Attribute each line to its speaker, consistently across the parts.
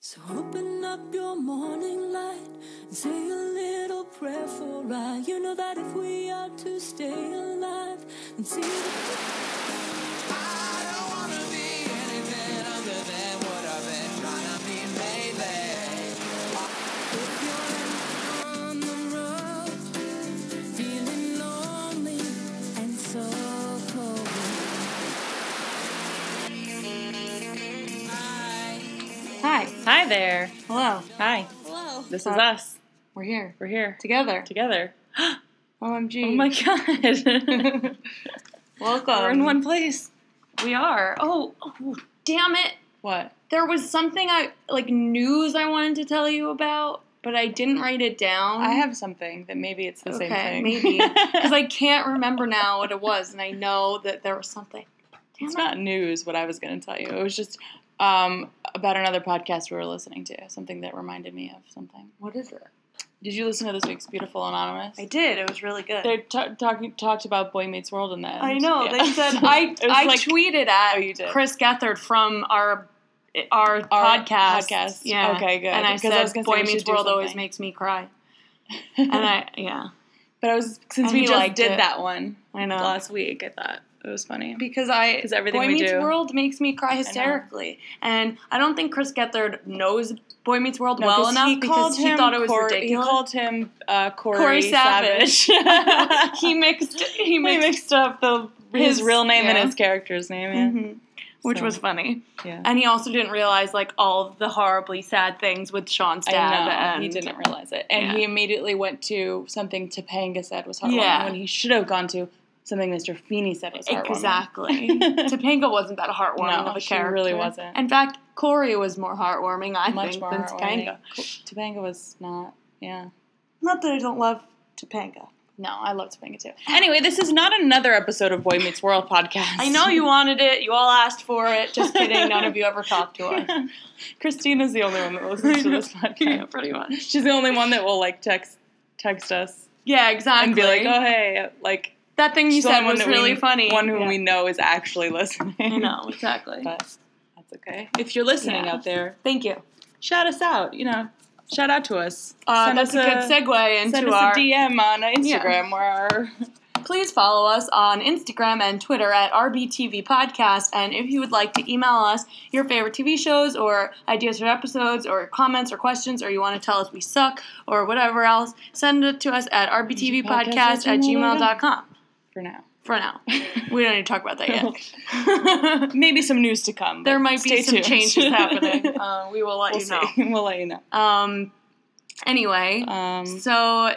Speaker 1: So open up your morning light and say a little prayer for I. You know that if we are to stay alive and see the I don't wanna be anything other than what I've been trying to be lately. If you're on the road, feeling lonely and so cold, I
Speaker 2: Hi.
Speaker 3: Hi there.
Speaker 2: Hello.
Speaker 3: Hi.
Speaker 1: Hello.
Speaker 3: This is
Speaker 2: Hi.
Speaker 3: us.
Speaker 2: We're here.
Speaker 3: We're here
Speaker 2: Together.
Speaker 3: together.
Speaker 2: OMG.
Speaker 3: Oh my god.
Speaker 2: Welcome.
Speaker 3: We're in one place.
Speaker 2: We are.
Speaker 3: Oh, oh, damn it.
Speaker 2: What?
Speaker 3: There was something I like news I wanted to tell you about, but I didn't write it down.
Speaker 2: I have something that maybe it's the
Speaker 3: okay,
Speaker 2: same thing.
Speaker 3: maybe because I can't remember now what it was, and I know that there was something. Damn
Speaker 2: it's
Speaker 3: it.
Speaker 2: not news what I was going to tell you. It was just um, about another podcast we were listening to, something that reminded me of something.
Speaker 3: What is it?
Speaker 2: Did you listen to this week's Beautiful Anonymous?
Speaker 3: I did. It was really good.
Speaker 2: They ta- talking talked about Boy Meets World in that.
Speaker 3: I know.
Speaker 2: Yeah.
Speaker 3: They said I.
Speaker 2: It was
Speaker 3: I
Speaker 2: like
Speaker 3: tweeted at
Speaker 2: Oh, you did.
Speaker 3: Chris Gethard from our our,
Speaker 2: our
Speaker 3: podcast.
Speaker 2: podcast.
Speaker 3: Yeah.
Speaker 2: Okay, good.
Speaker 3: And I
Speaker 2: 'Cause
Speaker 3: said,
Speaker 2: was gonna say
Speaker 3: "Boy
Speaker 2: we should
Speaker 3: Meets
Speaker 2: do
Speaker 3: World always
Speaker 2: something.
Speaker 3: makes me cry." And I, yeah,
Speaker 2: But I was since
Speaker 3: And
Speaker 2: we
Speaker 3: he
Speaker 2: just
Speaker 3: liked
Speaker 2: did
Speaker 3: it.
Speaker 2: that one
Speaker 3: I know.
Speaker 2: last week. I thought it was funny.
Speaker 3: because I
Speaker 2: 'Cause everything
Speaker 3: Boy
Speaker 2: we
Speaker 3: Meets
Speaker 2: do-
Speaker 3: World makes me cry hysterically, and I don't think Chris Gethard knows Boy Meets World
Speaker 2: No,
Speaker 3: well
Speaker 2: 'cause
Speaker 3: enough because he thought it was
Speaker 2: Cor-
Speaker 3: ridiculous.
Speaker 2: He called him uh, Corey,
Speaker 3: Corey
Speaker 2: Savage.
Speaker 3: Savage. he mixed he
Speaker 2: He
Speaker 3: mixed,
Speaker 2: mixed up the his,
Speaker 3: his-
Speaker 2: real name
Speaker 3: yeah.
Speaker 2: and his character's name. Yeah.
Speaker 3: Mhm. which
Speaker 2: So,
Speaker 3: was funny,
Speaker 2: yeah.
Speaker 3: and he also didn't realize like all of the horribly sad things with Sean's
Speaker 2: I
Speaker 3: dad.
Speaker 2: know.
Speaker 3: and
Speaker 2: he didn't realize it, and
Speaker 3: Yeah.
Speaker 2: he immediately went to something Topanga said was heartwarming
Speaker 3: Yeah.
Speaker 2: when he should have gone to something Mr. Feeney said was heartwarming.
Speaker 3: Exactly. Topanga wasn't that heartwarming
Speaker 2: No,
Speaker 3: of a
Speaker 2: she
Speaker 3: character.
Speaker 2: really wasn't.
Speaker 3: In fact, Corey was more heartwarming, I
Speaker 2: Much
Speaker 3: think,
Speaker 2: more
Speaker 3: than
Speaker 2: heartwarming.
Speaker 3: Topanga.
Speaker 2: Topanga was not. Yeah.
Speaker 3: Not that I don't love Topanga.
Speaker 2: No, I love Topanga too. Anyway, this is not another episode of Boy Meets World podcast.
Speaker 3: I know you wanted it. You all asked for it. Just kidding. None of you ever talked to us.
Speaker 2: Christina's the only one that listens to this podcast.
Speaker 3: pretty much.
Speaker 2: She's the only one that will like text text us
Speaker 3: Yeah, exactly.
Speaker 2: and be like, "Oh hey," like
Speaker 3: that thing you
Speaker 2: she's the
Speaker 3: said
Speaker 2: only one
Speaker 3: was
Speaker 2: that we-
Speaker 3: really funny.
Speaker 2: One who
Speaker 3: Yeah.
Speaker 2: we know is actually listening.
Speaker 3: I know exactly.
Speaker 2: but that's okay. If you're listening
Speaker 3: Yeah.
Speaker 2: out there,
Speaker 3: Thank you.
Speaker 2: shout us out. You know, shout out to us.
Speaker 3: Uh,
Speaker 2: Send
Speaker 3: that's a
Speaker 2: us
Speaker 3: good segue
Speaker 2: Send
Speaker 3: into
Speaker 2: us
Speaker 3: our.
Speaker 2: a DM on Instagram
Speaker 3: Yeah.
Speaker 2: where our
Speaker 3: Please follow us on Instagram and Twitter at RBTV Podcast. And if you would like to email us your favorite TV shows or ideas for episodes or comments or questions or you want to tell us we suck or whatever else, send it to us at rbtvpodcast at gmail.com
Speaker 2: for now.
Speaker 3: for now. We don't need to talk about that yet.
Speaker 2: Maybe some news to come.
Speaker 3: There
Speaker 2: but
Speaker 3: might be
Speaker 2: stay
Speaker 3: some
Speaker 2: tuned.
Speaker 3: changes happening. Uh, we will let
Speaker 2: we'll
Speaker 3: you
Speaker 2: see.
Speaker 3: know.
Speaker 2: We'll let you know.
Speaker 3: Um, anyway,
Speaker 2: Um,
Speaker 3: so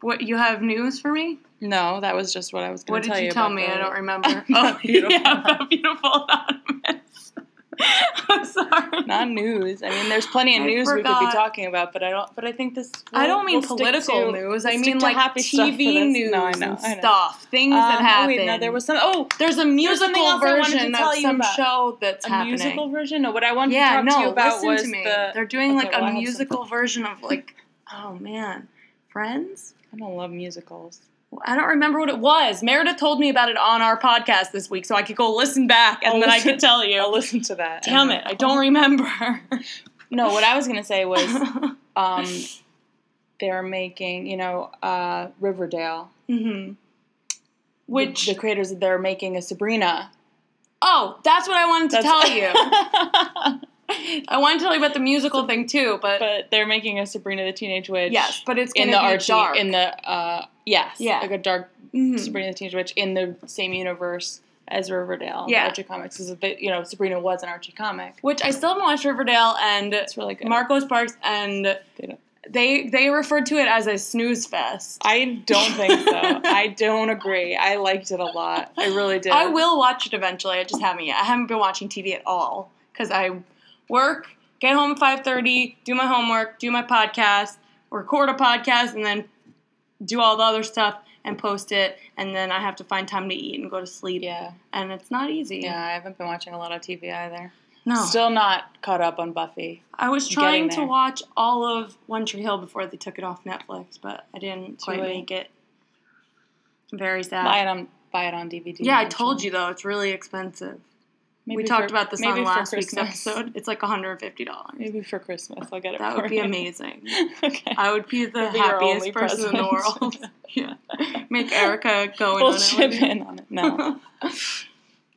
Speaker 3: what you have news for me?
Speaker 2: no, that was just what I was going
Speaker 3: What
Speaker 2: to
Speaker 3: did
Speaker 2: tell
Speaker 3: you,
Speaker 2: you.
Speaker 3: tell
Speaker 2: about
Speaker 3: me?
Speaker 2: the-
Speaker 3: I don't remember.
Speaker 2: About Beautiful
Speaker 3: yeah, about beautiful anonymous. I'm sorry.
Speaker 2: Not news. I mean, there's plenty of
Speaker 3: I
Speaker 2: news we could
Speaker 3: forgot.
Speaker 2: be talking about, but I don't. But I think this.
Speaker 3: I don't mean
Speaker 2: we'll stick
Speaker 3: political
Speaker 2: to-
Speaker 3: news.
Speaker 2: we'll
Speaker 3: I
Speaker 2: stick
Speaker 3: mean
Speaker 2: to
Speaker 3: like
Speaker 2: happy stuff for
Speaker 3: TV
Speaker 2: this.
Speaker 3: news
Speaker 2: No, I know.
Speaker 3: and
Speaker 2: I know.
Speaker 3: stuff, things that
Speaker 2: Um, oh
Speaker 3: happen.
Speaker 2: wait, no, there was some. Oh,
Speaker 3: There's a
Speaker 2: something
Speaker 3: musical
Speaker 2: else I wanted to
Speaker 3: version
Speaker 2: tell
Speaker 3: of
Speaker 2: you
Speaker 3: some
Speaker 2: about.
Speaker 3: show that's
Speaker 2: a
Speaker 3: happening.
Speaker 2: musical version. No, what I wanted
Speaker 3: yeah,
Speaker 2: to talk
Speaker 3: no,
Speaker 2: to you about
Speaker 3: listen
Speaker 2: was
Speaker 3: to me.
Speaker 2: the.
Speaker 3: They're doing
Speaker 2: Okay,
Speaker 3: like a
Speaker 2: well, I have some.
Speaker 3: musical version of like, oh man, Friends.
Speaker 2: I don't love musicals.
Speaker 3: I don't remember what it was. Meredith told me about it on our podcast this week, so I could go listen back and
Speaker 2: I'll
Speaker 3: then I
Speaker 2: Oh, listen-
Speaker 3: could tell you.
Speaker 2: I'll listen to Oh. that.
Speaker 3: Damn it, I don't remember.
Speaker 2: No, what I was gonna say was, um, they're making you know uh, Riverdale. Mm-hmm.
Speaker 3: hmm Which
Speaker 2: the creators they're making a Sabrina.
Speaker 3: oh, that's what I wanted to tell you.
Speaker 2: you.
Speaker 3: I wanted to tell you about the musical thing too, but,
Speaker 2: but they're making a Sabrina the Teenage Witch.
Speaker 3: yes, but it's
Speaker 2: in
Speaker 3: gonna
Speaker 2: the
Speaker 3: be
Speaker 2: Archie
Speaker 3: dark.
Speaker 2: in the uh yes
Speaker 3: Yeah.
Speaker 2: like a dark
Speaker 3: Mhm.
Speaker 2: Sabrina the Teenage Witch in the same universe as Riverdale
Speaker 3: Yeah.
Speaker 2: the Archie comics is that you know Sabrina was an Archie comic
Speaker 3: Which I still haven't watched Riverdale and
Speaker 2: it's really good
Speaker 3: Marco Sparks and
Speaker 2: They don't-
Speaker 3: they they referred to it as a snooze fest.
Speaker 2: I don't think so I don't agree I liked it a lot I really did
Speaker 3: I will watch it eventually. I just haven't yet. I haven't been watching TV at all because I work, get home at five thirty, do my homework, do my podcast, record a podcast, and then do all the other stuff and post it. And then I have to find time to eat and go to sleep.
Speaker 2: yeah
Speaker 3: and it's not easy.
Speaker 2: yeah I haven't been watching a lot of TV either
Speaker 3: No,
Speaker 2: still not caught up on Buffy
Speaker 3: I was
Speaker 2: getting
Speaker 3: trying to
Speaker 2: there.
Speaker 3: watch all of One Tree Hill before they took it off Netflix, but I didn't quite
Speaker 2: late.
Speaker 3: make it. Very sad. Uh.
Speaker 2: buy it on buy it on DVD
Speaker 3: yeah, I told you though, it's really expensive.
Speaker 2: Maybe
Speaker 3: we talked
Speaker 2: for-
Speaker 3: about this
Speaker 2: maybe
Speaker 3: on
Speaker 2: for
Speaker 3: last week's
Speaker 2: Christmas.
Speaker 3: episode. It's like $150.
Speaker 2: Maybe for Christmas, I'll get it.
Speaker 3: That
Speaker 2: for
Speaker 3: would be
Speaker 2: you.
Speaker 3: amazing.
Speaker 2: okay.
Speaker 3: I would be the
Speaker 2: It'd be your
Speaker 3: happiest
Speaker 2: only
Speaker 3: person in the
Speaker 2: present.
Speaker 3: world. yeah. Make Erica go in
Speaker 2: we'll
Speaker 3: on
Speaker 2: chip
Speaker 3: it.
Speaker 2: in on it.
Speaker 3: with
Speaker 2: No.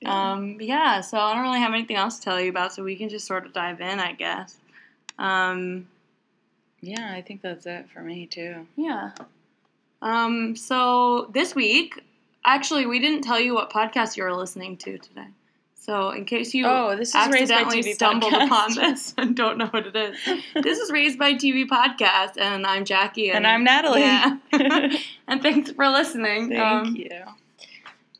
Speaker 3: me. um, yeah, so I don't really have anything else to tell you about, so we can just sort of dive in, I guess. Um,
Speaker 2: yeah, I think that's it for me too.
Speaker 3: yeah. Um, so this week, actually, we didn't tell you what podcast you were listening to today. So in case you
Speaker 2: Oh, this is Raised by
Speaker 3: accidentally
Speaker 2: TV
Speaker 3: stumbled
Speaker 2: podcast.
Speaker 3: upon this and don't know what it is, this is Raised by TV podcast, and I'm Jackie,
Speaker 2: And I'm Natalie.
Speaker 3: Yeah. and thanks for listening.
Speaker 2: Thank
Speaker 3: Um,
Speaker 2: you.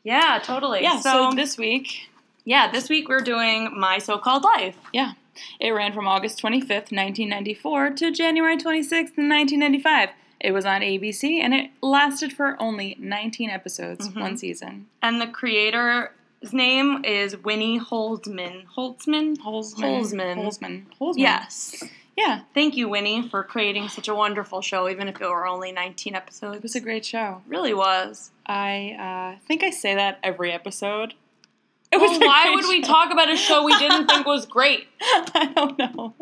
Speaker 3: Yeah, totally.
Speaker 2: Yeah.
Speaker 3: so
Speaker 2: so this week,
Speaker 3: yeah, this week we're doing my so-called life.
Speaker 2: Yeah. It ran from August 25th, 1994 to January 26th, 1995. It was on ABC and it lasted for only 19 episodes,
Speaker 3: Mhm.
Speaker 2: one season.
Speaker 3: And the creator's name is Winnie Holdsman. Holtzman? Holzman.
Speaker 2: Holzman. Holzman. Holzman.
Speaker 3: Yes.
Speaker 2: Yeah.
Speaker 3: Thank you, Winnie, for creating such a wonderful show, even if it were only 19 episodes.
Speaker 2: It was a great show.
Speaker 3: really was.
Speaker 2: I uh, think I say that every episode. It
Speaker 3: Well,
Speaker 2: a
Speaker 3: why
Speaker 2: great
Speaker 3: would we
Speaker 2: show.
Speaker 3: talk about a show we didn't think was great?
Speaker 2: I don't know.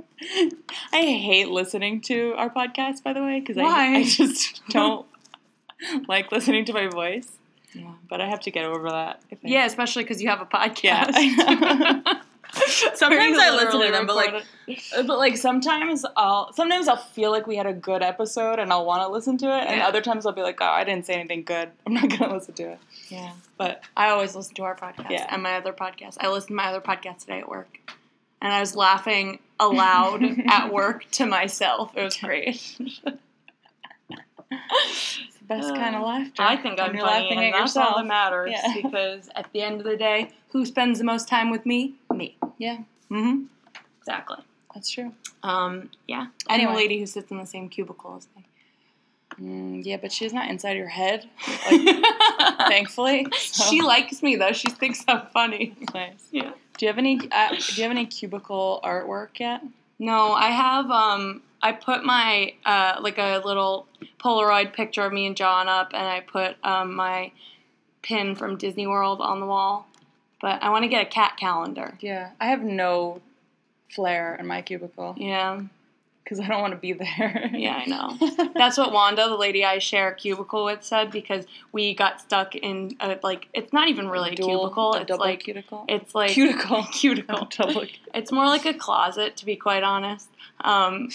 Speaker 2: I hate listening to our podcast, by the way, because
Speaker 3: Why?
Speaker 2: I, I just don't like listening to my voice. But I have to get over that. I think.
Speaker 3: Yeah, especially because you have a podcast.
Speaker 2: Yeah, I know. sometimes I listen to them, but like, uh, but like sometimes I'll sometimes I'll feel like we had a good episode and I'll want to listen to it, and
Speaker 3: Yeah.
Speaker 2: other times I'll be like, oh, I didn't say anything good. I'm not gonna listen to it.
Speaker 3: yeah.
Speaker 2: But
Speaker 3: I always listen to our podcast
Speaker 2: Yeah.
Speaker 3: and my other podcast. I listened to my other podcast today at work. And I was laughing aloud at work to myself. It was great.
Speaker 2: it's the best kind of
Speaker 3: Uh,
Speaker 2: laughter.
Speaker 3: I think
Speaker 2: when
Speaker 3: I'm
Speaker 2: you're
Speaker 3: funny,
Speaker 2: laughing
Speaker 3: and
Speaker 2: at
Speaker 3: that's
Speaker 2: yourself.
Speaker 3: all that matters.
Speaker 2: Yeah.
Speaker 3: Because at the end of the day, who spends the most time with me? Me.
Speaker 2: Yeah,
Speaker 3: Mm-hmm. Exactly.
Speaker 2: that's true.
Speaker 3: Um, yeah. And the
Speaker 2: Anyway.
Speaker 3: lady who sits in the same cubicle as me.
Speaker 2: Mm, yeah, but she's not inside your head, like, thankfully. so-
Speaker 3: she likes me though. She thinks I'm funny.
Speaker 2: Nice.
Speaker 3: Yeah.
Speaker 2: Do you have any? Uh, do you have any cubicle artwork yet?
Speaker 3: No, I have. Um, I put my uh, like a little Polaroid picture of me and John up, and I put um, my pin from Disney World on the wall. But I want to get a cat calendar.
Speaker 2: Yeah, I have no flair in my cubicle.
Speaker 3: Yeah,
Speaker 2: because I don't want to be there.
Speaker 3: yeah, I know. That's what Wanda, the lady I share a cubicle with, said because we got stuck in a, like it's not even really a
Speaker 2: Dual-
Speaker 3: cubicle.
Speaker 2: a
Speaker 3: it's
Speaker 2: double
Speaker 3: like
Speaker 2: cuticle.
Speaker 3: it's like
Speaker 2: cuticle,
Speaker 3: cuticle.
Speaker 2: double.
Speaker 3: It's more like a closet, to be quite honest. Um,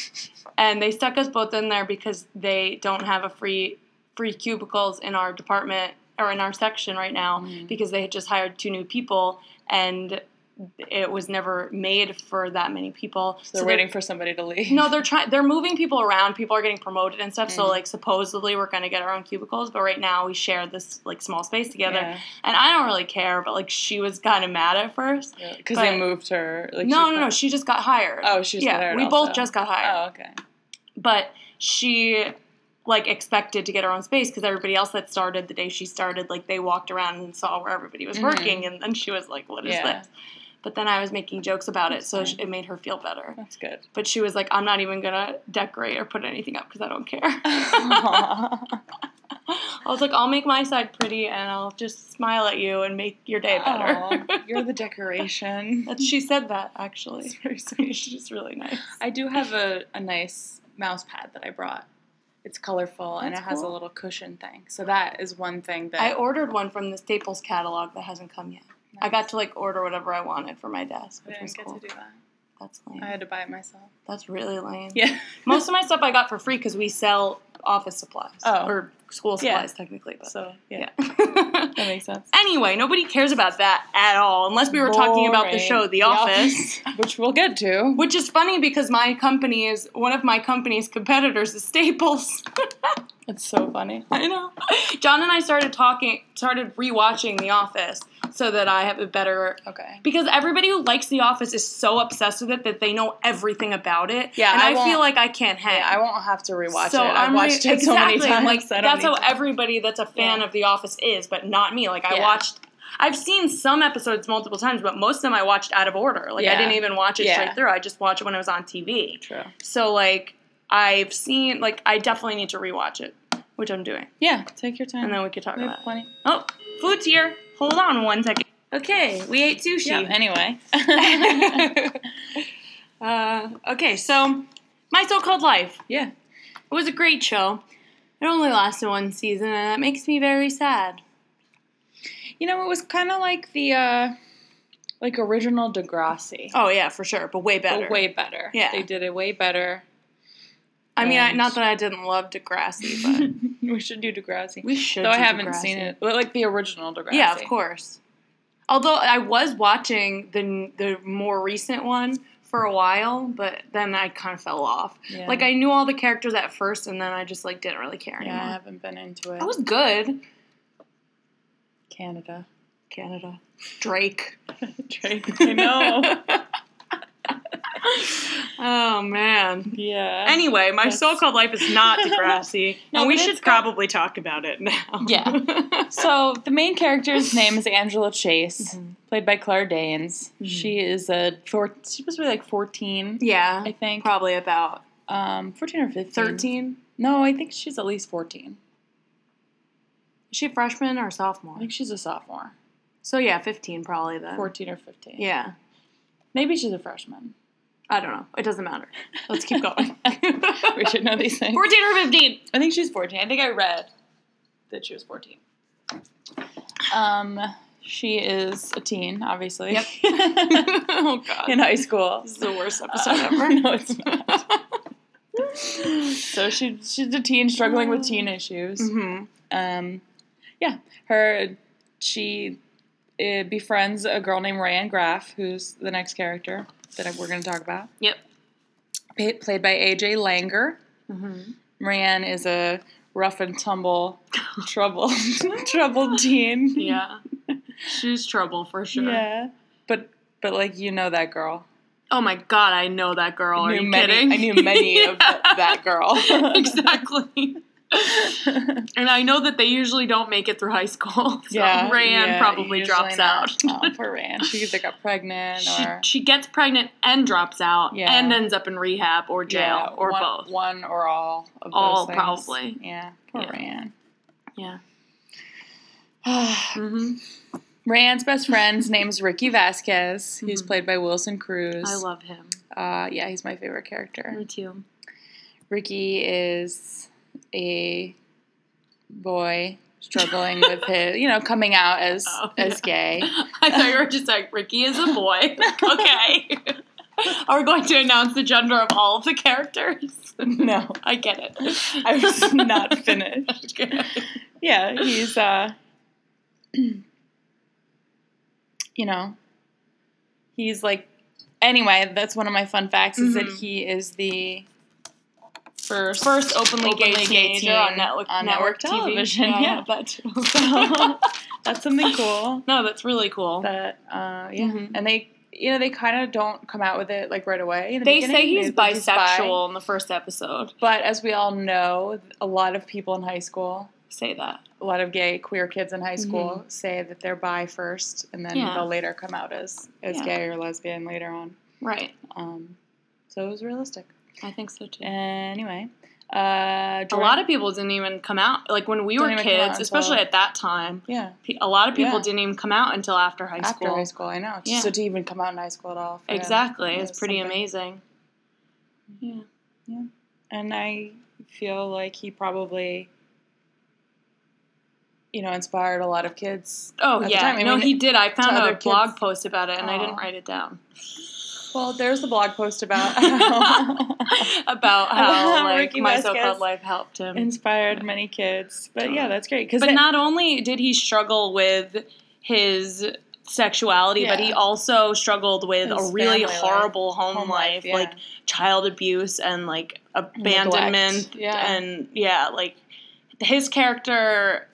Speaker 3: and they stuck us both in there because they don't have a free free cubicles in our department or in our section right now
Speaker 2: Mhm.
Speaker 3: because they had just hired two new people and it was never made for that many people.
Speaker 2: So they're waiting for somebody to leave.
Speaker 3: No, they're trying. They're moving people around. People are getting promoted and stuff. So
Speaker 2: Mhm.
Speaker 3: like supposedly we're gonna get our own cubicles, but right now we share this like small space together.
Speaker 2: yeah,
Speaker 3: And I don't really care, but like she was kind of mad at first.
Speaker 2: because
Speaker 3: but-
Speaker 2: they moved her. Like,
Speaker 3: no,
Speaker 2: she's
Speaker 3: no, no.
Speaker 2: not-
Speaker 3: She just got hired.
Speaker 2: Oh, she's
Speaker 3: yeah.
Speaker 2: hired
Speaker 3: we
Speaker 2: also.
Speaker 3: both just got hired,
Speaker 2: Oh, okay.
Speaker 3: but she like expected to get her own space because everybody else that started the day she started, like they walked around and saw where everybody was
Speaker 2: Mhm.
Speaker 3: working, and then she was like, "What is
Speaker 2: Yeah.
Speaker 3: this?" But then I was making jokes about it, so
Speaker 2: That's
Speaker 3: sh
Speaker 2: fine.
Speaker 3: it made her feel better.
Speaker 2: That's good.
Speaker 3: But she was like, "I'm not even gonna decorate or put anything up because I don't care." I
Speaker 2: Aw.
Speaker 3: was like, "I'll make my side pretty, and I'll just smile at you and make your day better."
Speaker 2: You're the decoration.
Speaker 3: That's- she said that actually.
Speaker 2: That's very sweet.
Speaker 3: She's really nice.
Speaker 2: I do have a, a nice mouse pad that I brought. It's colorful and it
Speaker 3: That's
Speaker 2: has a
Speaker 3: cool.
Speaker 2: little cushion thing. So that is one thing that
Speaker 3: I ordered one from the Staples catalog that hasn't come yet. I got to like order whatever I wanted for my desk,
Speaker 2: I
Speaker 3: which
Speaker 2: didn't
Speaker 3: was
Speaker 2: get
Speaker 3: cool.
Speaker 2: to do that.
Speaker 3: That's lame.
Speaker 2: I had to buy it myself.
Speaker 3: That's really lame.
Speaker 2: Yeah.
Speaker 3: Most of my stuff I got for free because we sell office supplies
Speaker 2: Oh.
Speaker 3: or school
Speaker 2: Yeah.
Speaker 3: supplies technically, but
Speaker 2: So yeah.
Speaker 3: yeah.
Speaker 2: That makes sense.
Speaker 3: anyway, nobody cares about that at all unless we were talking about the
Speaker 2: Boring.
Speaker 3: show The Office.
Speaker 2: which we'll get to.
Speaker 3: Which is funny because my company is one of my company's competitors is Staples.
Speaker 2: It's so funny.
Speaker 3: I know. John and I started talking, started rewatching The Office so that I have a better
Speaker 2: Okay.
Speaker 3: Because everybody who likes The Office is so obsessed with it that they know everything about it.
Speaker 2: Yeah,
Speaker 3: and
Speaker 2: I
Speaker 3: I, feel
Speaker 2: won't-
Speaker 3: like I can't hang.
Speaker 2: I won't have to rewatch
Speaker 3: So
Speaker 2: it. I've
Speaker 3: I'm
Speaker 2: watched
Speaker 3: like-
Speaker 2: it so many
Speaker 3: exactly,
Speaker 2: times.
Speaker 3: Like
Speaker 2: I don't
Speaker 3: that's how
Speaker 2: need to.
Speaker 3: everybody that's a fan
Speaker 2: Yeah.
Speaker 3: of The Office is, but not me. Like I
Speaker 2: Yeah.
Speaker 3: watched. I've seen some episodes multiple times, but most of them I watched out of order. Like I
Speaker 2: Yeah.
Speaker 3: didn't even watch it
Speaker 2: Yeah.
Speaker 3: straight through. I just watched it when it was on TV.
Speaker 2: True.
Speaker 3: So like I've seen like I definitely need to rewatch it, which I'm doing,
Speaker 2: Yeah. Take your time.
Speaker 3: and then we could talk
Speaker 2: we
Speaker 3: about.
Speaker 2: have
Speaker 3: it.
Speaker 2: plenty.
Speaker 3: Oh, food's here. Hold on one second. Okay, we ate sushi.
Speaker 2: Yeah, anyway.
Speaker 3: uh, okay, so My So Called Life.
Speaker 2: yeah.
Speaker 3: It was a great show. It only lasted one season, and that makes me very sad.
Speaker 2: You know, it was kind of like the uh like original Degrassi.
Speaker 3: Oh, yeah, for sure, but Oh, way better.
Speaker 2: But way better.
Speaker 3: Yeah.
Speaker 2: They did it way better.
Speaker 3: I mean, I,
Speaker 2: and-
Speaker 3: not that I didn't love Degrassi, but
Speaker 2: we should do Degrassi.
Speaker 3: we should.
Speaker 2: Though I
Speaker 3: do
Speaker 2: haven't
Speaker 3: Degrassi.
Speaker 2: seen it. Well, Like the original Degrassi.
Speaker 3: Yeah, of course. Although I was watching the the more recent one for a while, but then I kind of fell off.
Speaker 2: Yeah.
Speaker 3: Like I knew all the characters at first, and then I just like didn't really care
Speaker 2: Yeah, I
Speaker 3: anymore.
Speaker 2: haven't been into it.
Speaker 3: That was good.
Speaker 2: Canada.
Speaker 3: Canada, Drake.
Speaker 2: Drake. I know.
Speaker 3: oh man.
Speaker 2: yeah.
Speaker 3: Anyway, my
Speaker 2: That's-
Speaker 3: so-called life is not Degrassi,
Speaker 2: No,
Speaker 3: and we
Speaker 2: but
Speaker 3: should
Speaker 2: it's got-
Speaker 3: probably talk about it now.
Speaker 2: Yeah. so the main character's name is Angela Chase,
Speaker 3: Mm-hmm.
Speaker 2: played by Claire Danes. She is a four. She supposed to be like fourteen,
Speaker 3: yeah.
Speaker 2: I think.
Speaker 3: Probably about
Speaker 2: Um, fourteen or fifteen.
Speaker 3: thirteen.
Speaker 2: No, I think she's at least fourteen.
Speaker 3: Is she a freshman or a sophomore?
Speaker 2: I think she's a sophomore.
Speaker 3: So yeah, fifteen probably then.
Speaker 2: Fourteen or fifteen.
Speaker 3: Um, Yeah.
Speaker 2: Maybe she's a freshman.
Speaker 3: I don't know. It doesn't matter. Let's keep going.
Speaker 2: we should know these things.
Speaker 3: 14 or 15.
Speaker 2: I think she's 14. I think I read that she was 14. Um, she is a teen, obviously. Yep.
Speaker 3: oh, God.
Speaker 2: in high school.
Speaker 3: this is the worst episode
Speaker 2: Uh,
Speaker 3: ever.
Speaker 2: no, it's not. so she she's a teen struggling with teen issues.
Speaker 3: Mm-hmm.
Speaker 2: Um, yeah, her she uh, befriends a girl named Ryan Graff, who's the next character that we're going to talk about,
Speaker 3: Yep.
Speaker 2: pa- played by AJ Langer.
Speaker 3: Mm-hmm.
Speaker 2: Ryan is a rough and tumble, troubled, troubled teen.
Speaker 3: Yeah. She's trouble for sure.
Speaker 2: yeah, but but like you know that girl.
Speaker 3: Oh, my God. I know that girl. Oh, Are
Speaker 2: knew
Speaker 3: you
Speaker 2: many,
Speaker 3: kidding?
Speaker 2: I knew many of
Speaker 3: Yeah.
Speaker 2: th- that girl.
Speaker 3: exactly. and I know that they usually don't make it through high school. So yeah. Rayanne
Speaker 2: yeah,
Speaker 3: probably
Speaker 2: usually
Speaker 3: drops
Speaker 2: not.
Speaker 3: out.
Speaker 2: Oh, poor Rand. She either got pregnant
Speaker 3: She,
Speaker 2: or
Speaker 3: she gets pregnant and drops out
Speaker 2: Yeah.
Speaker 3: and ends up in rehab or jail
Speaker 2: Yeah,
Speaker 3: or
Speaker 2: one,
Speaker 3: both.
Speaker 2: One or all of
Speaker 3: All,
Speaker 2: those things.
Speaker 3: probably.
Speaker 2: Yeah, poor
Speaker 3: Yeah.
Speaker 2: Rand.
Speaker 3: Yeah.
Speaker 2: Rand's
Speaker 3: Mm-hmm.
Speaker 2: best friend's name's Ricky Vasquez. He's
Speaker 3: Mhm.
Speaker 2: played by Wilson Cruz.
Speaker 3: I love him.
Speaker 2: Uh, yeah, he's my favorite character.
Speaker 3: Me too.
Speaker 2: Ricky is a boy struggling with his, you know, coming out as
Speaker 3: Oh,
Speaker 2: as gay.
Speaker 3: I thought you were just like, Ricky is a boy. Like, okay. Are we going to announce the gender of all of the characters?
Speaker 2: No,
Speaker 3: I get it.
Speaker 2: I was not finished.
Speaker 3: Okay.
Speaker 2: yeah, he's uh you know he's like anyway, that's one of my fun facts is that
Speaker 3: Mhm.
Speaker 2: he is the first
Speaker 3: First openly, gay,
Speaker 2: Openly gay
Speaker 3: teenager
Speaker 2: teen
Speaker 3: on network,
Speaker 2: on
Speaker 3: network,
Speaker 2: network
Speaker 3: TV.
Speaker 2: television,
Speaker 3: Yeah, I
Speaker 2: yeah.
Speaker 3: love that too.
Speaker 2: that's something cool
Speaker 3: no, that's really cool.
Speaker 2: that uh yeah.
Speaker 3: Mhm.
Speaker 2: And they you know, they kind of don't come out with it like right away. in the
Speaker 3: they
Speaker 2: beginning.
Speaker 3: say he's
Speaker 2: think bi.
Speaker 3: bisexual in the first episode.
Speaker 2: but as we all know, a lot of people in high school
Speaker 3: Say that.
Speaker 2: a lot of gay queer kids in high school say that they're bi first, and then
Speaker 3: Mm-hmm. Yeah.
Speaker 2: they'll later come out as as
Speaker 3: Yeah.
Speaker 2: gay or lesbian later on.
Speaker 3: Right.
Speaker 2: Um, so it was realistic.
Speaker 3: I think so too.
Speaker 2: Anyway, uh,
Speaker 3: a lot of people didn't even come out. Like when we
Speaker 2: Didn't
Speaker 3: were
Speaker 2: even come out
Speaker 3: kids, especially
Speaker 2: until-
Speaker 3: at that time,
Speaker 2: yeah
Speaker 3: pe- a lot of people
Speaker 2: Yeah.
Speaker 3: didn't even come out until after high
Speaker 2: after
Speaker 3: school.
Speaker 2: high school. I know.
Speaker 3: Yeah.
Speaker 2: So to even come out in high school at all, for them
Speaker 3: Exactly.
Speaker 2: was
Speaker 3: It's pretty
Speaker 2: something.
Speaker 3: amazing. Yeah.
Speaker 2: And I feel like he probably, you know, inspired a lot of kids.
Speaker 3: Oh
Speaker 2: at the
Speaker 3: yeah.
Speaker 2: time. I
Speaker 3: no,
Speaker 2: mean,
Speaker 3: he did. I found
Speaker 2: other
Speaker 3: a
Speaker 2: kids- Oh.
Speaker 3: blog post about it and I didn't
Speaker 2: Aw.
Speaker 3: write it down.
Speaker 2: Well, there's the blog post about how
Speaker 3: about how
Speaker 2: About
Speaker 3: like
Speaker 2: Ricky
Speaker 3: my
Speaker 2: Vasquez.
Speaker 3: so-called life helped him.
Speaker 2: inspired many kids. But yeah, that's great because
Speaker 3: but not only did he struggle with his sexuality, but he
Speaker 2: Yeah.
Speaker 3: also struggled with
Speaker 2: His
Speaker 3: a really
Speaker 2: family life.
Speaker 3: horrible home,
Speaker 2: Home
Speaker 3: life,
Speaker 2: life,
Speaker 3: like
Speaker 2: yeah.
Speaker 3: child abuse and like abandonment
Speaker 2: Neglect, yeah.
Speaker 3: and yeah, like his character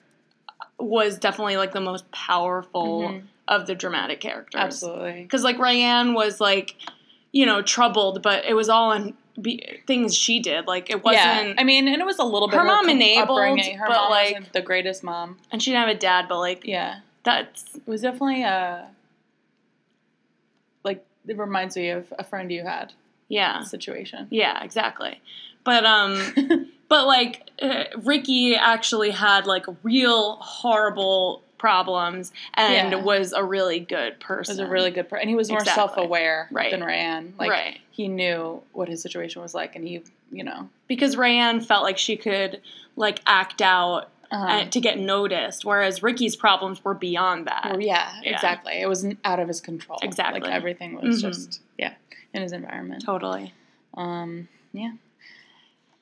Speaker 3: was definitely like the most powerful
Speaker 2: Mhm.
Speaker 3: of the dramatic characters.
Speaker 2: absolutely
Speaker 3: Cuz like Ryan was like, you know, troubled, but it was all in be- things she did. Like it wasn't
Speaker 2: yeah, I mean, and it was a little bit
Speaker 3: Her mom
Speaker 2: com-
Speaker 3: enabled,
Speaker 2: upbringing. Her
Speaker 3: but,
Speaker 2: mom
Speaker 3: like-
Speaker 2: wasn't the greatest mom.
Speaker 3: and she didn't have a dad, but like
Speaker 2: Yeah,
Speaker 3: that's
Speaker 2: it was definitely a like it reminds me of a friend you had
Speaker 3: yeah.
Speaker 2: situation.
Speaker 3: Yeah, exactly. But um, but like uh, Ricky actually had like real horrible problems and
Speaker 2: Yeah.
Speaker 3: was a really good person.
Speaker 2: was a really good person, and he was more
Speaker 3: Exactly.
Speaker 2: self-aware
Speaker 3: Right.
Speaker 2: than Ryan. Like
Speaker 3: Right.
Speaker 2: he knew what his situation was like, and he, you know,
Speaker 3: because Rayanne felt like she could like act out
Speaker 2: uh,
Speaker 3: and, to get noticed, whereas Ricky's problems were beyond that.
Speaker 2: well, um, yeah,
Speaker 3: yeah.
Speaker 2: exactly. It was n- out of his control.
Speaker 3: Exactly.
Speaker 2: like everything was
Speaker 3: Mhm.
Speaker 2: just yeah in his environment.
Speaker 3: Totally.
Speaker 2: Um, yeah.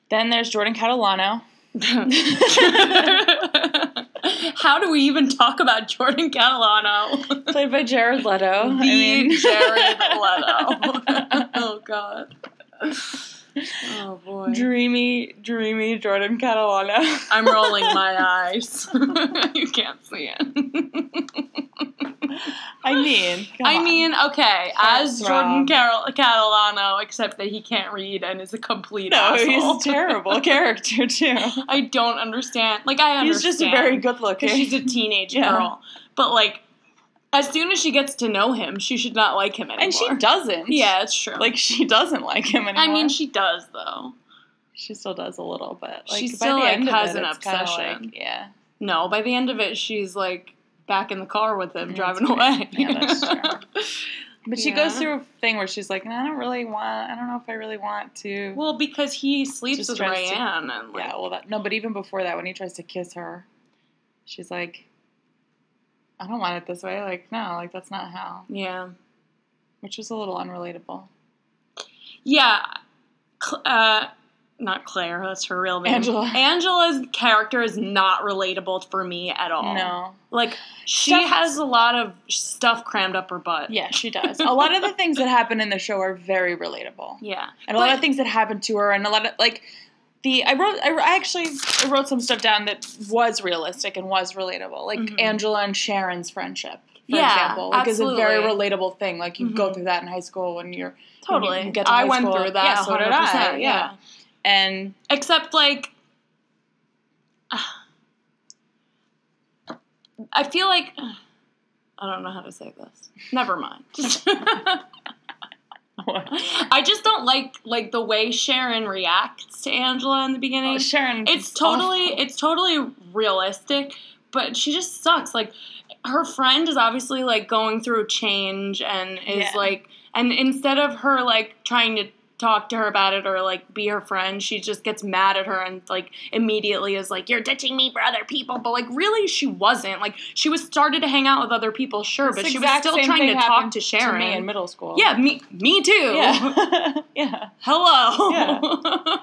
Speaker 2: Then there's Jordan Catalano.
Speaker 3: How do we even talk about Jordan Catalano?
Speaker 2: played by Jared Leto. I
Speaker 3: The
Speaker 2: mean,
Speaker 3: Jared Leto. oh God. Oh boy.
Speaker 2: dreamy, dreamy Jordan Catalano.
Speaker 3: I'm rolling my eyes. you can't see it.
Speaker 2: I mean, come
Speaker 3: I
Speaker 2: on.
Speaker 3: mean, okay, as Jordan
Speaker 2: Heartthrob.
Speaker 3: Carol- Catalano, except that he can't read and is a complete
Speaker 2: no,
Speaker 3: asshole.
Speaker 2: he's a terrible character too.
Speaker 3: I don't understand. Like I understand.
Speaker 2: He's just a very good
Speaker 3: because
Speaker 2: looking.
Speaker 3: she's a teenage
Speaker 2: Yeah.
Speaker 3: girl. But like, as soon as she gets to know him, she should not like him anymore.
Speaker 2: And she doesn't.
Speaker 3: Yeah, it's true.
Speaker 2: Like she doesn't like him anymore.
Speaker 3: I mean, she does though.
Speaker 2: she still does a little bit. Like,
Speaker 3: She
Speaker 2: by
Speaker 3: still,
Speaker 2: the
Speaker 3: like,
Speaker 2: end of
Speaker 3: has
Speaker 2: it,
Speaker 3: an
Speaker 2: it's kinda
Speaker 3: obsession.
Speaker 2: like- yeah.
Speaker 3: No, by the end of it, she's like back in the car with him,
Speaker 2: Mm,
Speaker 3: driving
Speaker 2: that's right.
Speaker 3: away.
Speaker 2: Yeah, that's true. But she goes
Speaker 3: Yeah.
Speaker 2: through a thing where she's like, "Nah, I don't really want. I don't know if I really want to.
Speaker 3: well, because he sleeps
Speaker 2: Just
Speaker 3: with
Speaker 2: tries to-
Speaker 3: Rayanne, and like,
Speaker 2: yeah. Well, that no. But even before that, when he tries to kiss her, she's like, "I don't want it this way. Like, no. Like that's not how.
Speaker 3: yeah.
Speaker 2: Which was a little unrelatable.
Speaker 3: Yeah. Cl- uh, not Claire, that's her real name.
Speaker 2: Angela.
Speaker 3: Angela's character is not relatable for me at all.
Speaker 2: No.
Speaker 3: Like, she
Speaker 2: Stuff-
Speaker 3: has a lot of stuff crammed up her butt.
Speaker 2: Yeah, she does. a lot of the things that happen in the show are very relatable.
Speaker 3: Yeah.
Speaker 2: and a lot of
Speaker 3: But-
Speaker 2: things that happened to her, and a lot of like the I wrote I, I actually I wrote some stuff down that was realistic and was relatable, like
Speaker 3: Mhm.
Speaker 2: Angela and Sharon's friendship, for
Speaker 3: Yeah,
Speaker 2: example, like is a very
Speaker 3: absolutely.
Speaker 2: relatable thing. Like you go
Speaker 3: Mhm.
Speaker 2: through that in high school when you're when
Speaker 3: Totally.
Speaker 2: you get to
Speaker 3: I
Speaker 2: high
Speaker 3: went
Speaker 2: school.
Speaker 3: through that.
Speaker 2: Yeah, so did I,
Speaker 3: 100%,
Speaker 2: yeah. and
Speaker 3: Except, like, I feel like. I don't know how to say this. Never mind. I just don't like like the way Sharon reacts to Angela in the beginning.
Speaker 2: Oh, Sharon,
Speaker 3: it's totally it's totally realistic but she just sucks like her friend is obviously like going through a change and is
Speaker 2: Yeah.
Speaker 3: like and instead of her like trying to talk to her about it or like be her friend she just gets mad at her and like immediately is like you're ditching me for other people but like really she wasn't like she was started to hang out with other people sure but she was still trying to talk to Sharon
Speaker 2: me in middle school.
Speaker 3: yeah me me too
Speaker 2: yeah, yeah.
Speaker 3: hello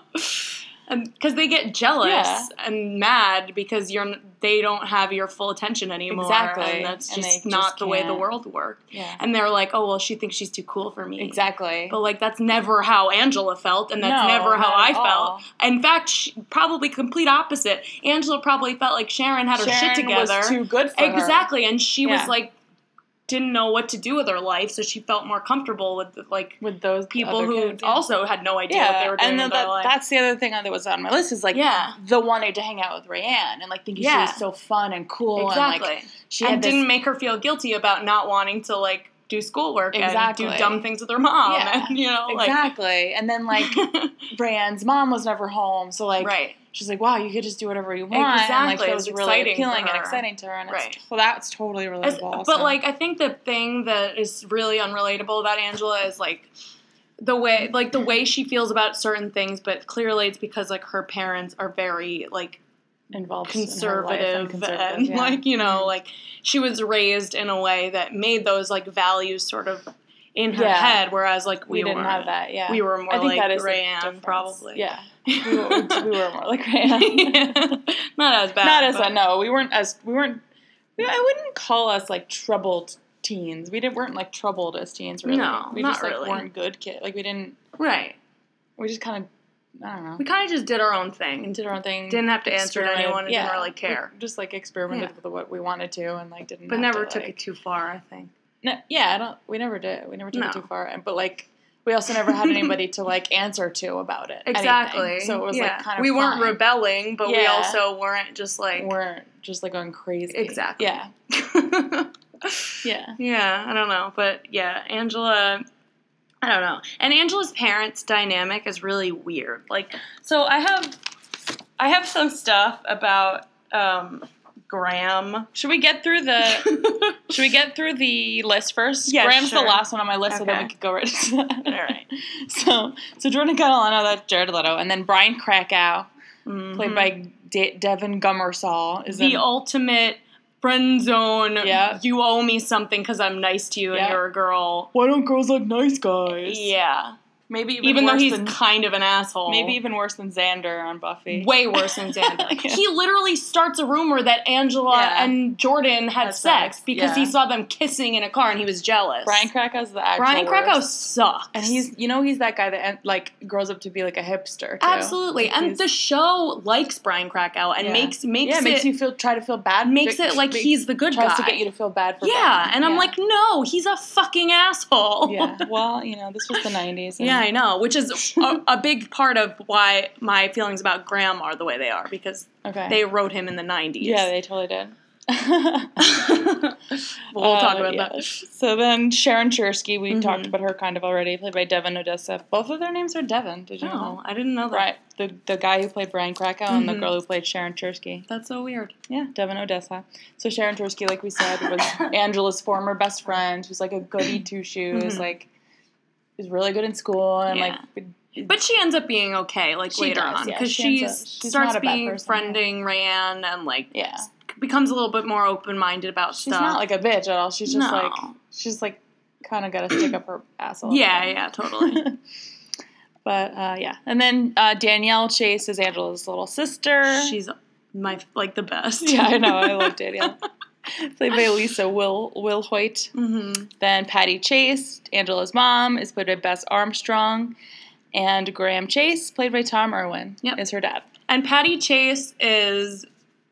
Speaker 3: because they get jealous
Speaker 2: Yeah.
Speaker 3: and mad because you're n- they don't have your full attention anymore
Speaker 2: Exactly.
Speaker 3: and that's
Speaker 2: And
Speaker 3: just
Speaker 2: they
Speaker 3: not
Speaker 2: just
Speaker 3: the way the
Speaker 2: can't.
Speaker 3: world worked
Speaker 2: yeah.
Speaker 3: and they're like oh well she thinks she's too cool for me
Speaker 2: Exactly.
Speaker 3: but like that's never how Angela felt, and that's
Speaker 2: No,
Speaker 3: never how
Speaker 2: not
Speaker 3: I
Speaker 2: at all.
Speaker 3: felt. In fact, she, probably complete opposite. Angela probably felt like Sharon had her
Speaker 2: Sharon
Speaker 3: shit together,
Speaker 2: was too good for her.
Speaker 3: exactly, and she
Speaker 2: Yeah.
Speaker 3: was like didn't know what to do with her life, so she felt more comfortable with like
Speaker 2: with those
Speaker 3: people
Speaker 2: other
Speaker 3: who
Speaker 2: kids, yeah.
Speaker 3: also had no idea what they were doing.
Speaker 2: and then
Speaker 3: with their
Speaker 2: that,
Speaker 3: life.
Speaker 2: that's the other thing that was on my list is like
Speaker 3: Yeah.
Speaker 2: the wanted to hang out with Rayanne and like thinking she
Speaker 3: Yeah.
Speaker 2: was so fun and cool
Speaker 3: exactly.
Speaker 2: and like
Speaker 3: And,
Speaker 2: she had this,
Speaker 3: didn't make her feel guilty about not wanting to like do schoolwork
Speaker 2: Exactly.
Speaker 3: and do dumb things with her mom.
Speaker 2: Yeah.
Speaker 3: And, you know, like
Speaker 2: exactly. and then like Rayanne's mom was never home, so like
Speaker 3: right.
Speaker 2: she's like, wow, you could just do whatever you want. And like
Speaker 3: Exactly.
Speaker 2: that
Speaker 3: It
Speaker 2: was,
Speaker 3: was
Speaker 2: really
Speaker 3: exciting
Speaker 2: appealing
Speaker 3: for
Speaker 2: and
Speaker 3: her.
Speaker 2: exciting to her. And
Speaker 3: Right.
Speaker 2: it's, well, that's totally relatable.
Speaker 3: As-
Speaker 2: also.
Speaker 3: But like, I think the thing that is really unrelatable about Angela is like the way, like the way she feels about certain things. But clearly, it's because like her parents are very like
Speaker 2: involved in her life and
Speaker 3: conservative,
Speaker 2: conservative,
Speaker 3: and
Speaker 2: yeah. Mm-hmm.
Speaker 3: like you know, like she was raised in a way that made those like values sort of in her
Speaker 2: Yeah.
Speaker 3: head. Whereas like we,
Speaker 2: we, didn't
Speaker 3: weren't.
Speaker 2: have that. Yeah,
Speaker 3: We were more
Speaker 2: I think
Speaker 3: like
Speaker 2: that is the
Speaker 3: Rayanne,
Speaker 2: difference.
Speaker 3: probably.
Speaker 2: Yeah, we were, we were more like Rayanne.
Speaker 3: not as bad.
Speaker 2: Not as
Speaker 3: but-
Speaker 2: a, no, we weren't as we weren't. we- I wouldn't call us like troubled teens. We didn't weren't like troubled as teens. Really.
Speaker 3: No,
Speaker 2: we
Speaker 3: not
Speaker 2: just like
Speaker 3: really.
Speaker 2: weren't good kids. Like we didn't.
Speaker 3: Right.
Speaker 2: We just kind of. I don't know.
Speaker 3: We kind of just did our own thing
Speaker 2: We
Speaker 3: and
Speaker 2: did our own thing.
Speaker 3: didn't have to answer to
Speaker 2: experimented-
Speaker 3: anyone and
Speaker 2: yeah,
Speaker 3: didn't really care.
Speaker 2: we just like experimented
Speaker 3: Yeah.
Speaker 2: with what we wanted to and like didn't.
Speaker 3: But
Speaker 2: have
Speaker 3: never
Speaker 2: to,
Speaker 3: took
Speaker 2: like-
Speaker 3: it too far, I think.
Speaker 2: No, yeah, I don't. We never did. We never took it
Speaker 3: No.
Speaker 2: too far. And but like. We also never had anybody to like answer to about it. anything.
Speaker 3: Exactly.
Speaker 2: So it was
Speaker 3: Yeah.
Speaker 2: like kind of
Speaker 3: we weren't
Speaker 2: fine.
Speaker 3: rebelling, but we
Speaker 2: Yeah.
Speaker 3: also weren't just like
Speaker 2: weren't just like going crazy.
Speaker 3: Exactly.
Speaker 2: Yeah. Yeah.
Speaker 3: Yeah, I don't know, but yeah, Angela I don't know. And Angela's parents dynamic is really weird. Like so I have I have some stuff about um Graham.
Speaker 2: Should we get through the Should we get through the list first?
Speaker 3: Yeah,
Speaker 2: Graham's
Speaker 3: sure.
Speaker 2: the last one on my list, so then
Speaker 3: Okay.
Speaker 2: we could go right.
Speaker 3: All right.
Speaker 2: So, so Jordan Catalano, that's Jared Leto, and then Brian Krakow, played by De- Devin Gummersall, is
Speaker 3: Mm-hmm. the
Speaker 2: in-
Speaker 3: ultimate friend zone.
Speaker 2: Yeah.
Speaker 3: You owe me something because I'm nice to you and
Speaker 2: Yeah.
Speaker 3: you're a girl.
Speaker 2: Why don't girls like nice guys?
Speaker 3: Yeah.
Speaker 2: maybe even,
Speaker 3: Even, though
Speaker 2: worse
Speaker 3: he's
Speaker 2: than-
Speaker 3: kind of an asshole.
Speaker 2: maybe even worse than Xander on Buffy.
Speaker 3: Way worse than Xander.
Speaker 2: Yeah.
Speaker 3: He literally starts a rumor that Angela
Speaker 2: Yeah.
Speaker 3: and Jordan had
Speaker 2: Had
Speaker 3: sex
Speaker 2: sex,
Speaker 3: because
Speaker 2: yeah.
Speaker 3: he saw them kissing in a car and he was jealous.
Speaker 2: Brian Krakow's the actual
Speaker 3: Brian Krakow
Speaker 2: worst.
Speaker 3: sucks.
Speaker 2: and he's you know he's that guy that like grows up to be like a hipster. Too.
Speaker 3: absolutely and
Speaker 2: He's-
Speaker 3: the show likes Brian Krakow and
Speaker 2: Yeah.
Speaker 3: makes makes
Speaker 2: yeah,
Speaker 3: it
Speaker 2: makes you feel try to feel bad.
Speaker 3: makes it like
Speaker 2: makes-
Speaker 3: he's the good
Speaker 2: tries
Speaker 3: guy.
Speaker 2: to get you to feel bad for.
Speaker 3: yeah,
Speaker 2: Buffy.
Speaker 3: and I'm
Speaker 2: Yeah.
Speaker 3: like, no, he's a fucking asshole.
Speaker 2: yeah. Well, you know, this was the '90s. and-
Speaker 3: Yeah, I know, which is a, a big part of why my feelings about Graham are the way they are because
Speaker 2: Okay.
Speaker 3: they wrote him in the 90s.
Speaker 2: yeah, they totally did. Uh,
Speaker 3: we'll talk about that.
Speaker 2: So then Sharon Chersky, we
Speaker 3: Mhm.
Speaker 2: talked about her kind of already, played by Devin Odessa. Both of their names are Devin. Did you know?
Speaker 3: Oh, I didn't know that.
Speaker 2: Right. The, the guy who played Brian Krakow and the
Speaker 3: Mhm.
Speaker 2: girl who played Sharon Chersky.
Speaker 3: That's so weird.
Speaker 2: Yeah, Devin Odessa. So Sharon Tursky, like we said, was Angela's former best friend, who's like a goody two shoes,
Speaker 3: Mhm.
Speaker 2: like is really good in school and
Speaker 3: Yeah.
Speaker 2: like
Speaker 3: But she ends up being okay, like
Speaker 2: She
Speaker 3: later
Speaker 2: does,
Speaker 3: on,
Speaker 2: yeah,
Speaker 3: because
Speaker 2: she
Speaker 3: she
Speaker 2: ends up- she's
Speaker 3: starts
Speaker 2: not a bad
Speaker 3: being
Speaker 2: person,
Speaker 3: friending Rayanne and like
Speaker 2: yeah.
Speaker 3: becomes a little bit more open minded about
Speaker 2: She's
Speaker 3: stuff.
Speaker 2: not like a bitch at all. She's just
Speaker 3: No.
Speaker 2: like she's like kinda gotta stick up her ass a little
Speaker 3: yeah,
Speaker 2: bit.
Speaker 3: yeah, totally.
Speaker 2: But uh, yeah. And then uh, Danielle Chase is Angela's little sister.
Speaker 3: She's my like the best.
Speaker 2: Yeah, I know, I love Danielle. Played by Lisa Will Will Hoyt.
Speaker 3: hmm
Speaker 2: Then Patty Chase, Angela's mom, is played by Bess Armstrong. And Graham Chase, played by Tom Irwin,
Speaker 3: Yep.
Speaker 2: is her dad.
Speaker 3: And Patty Chase is.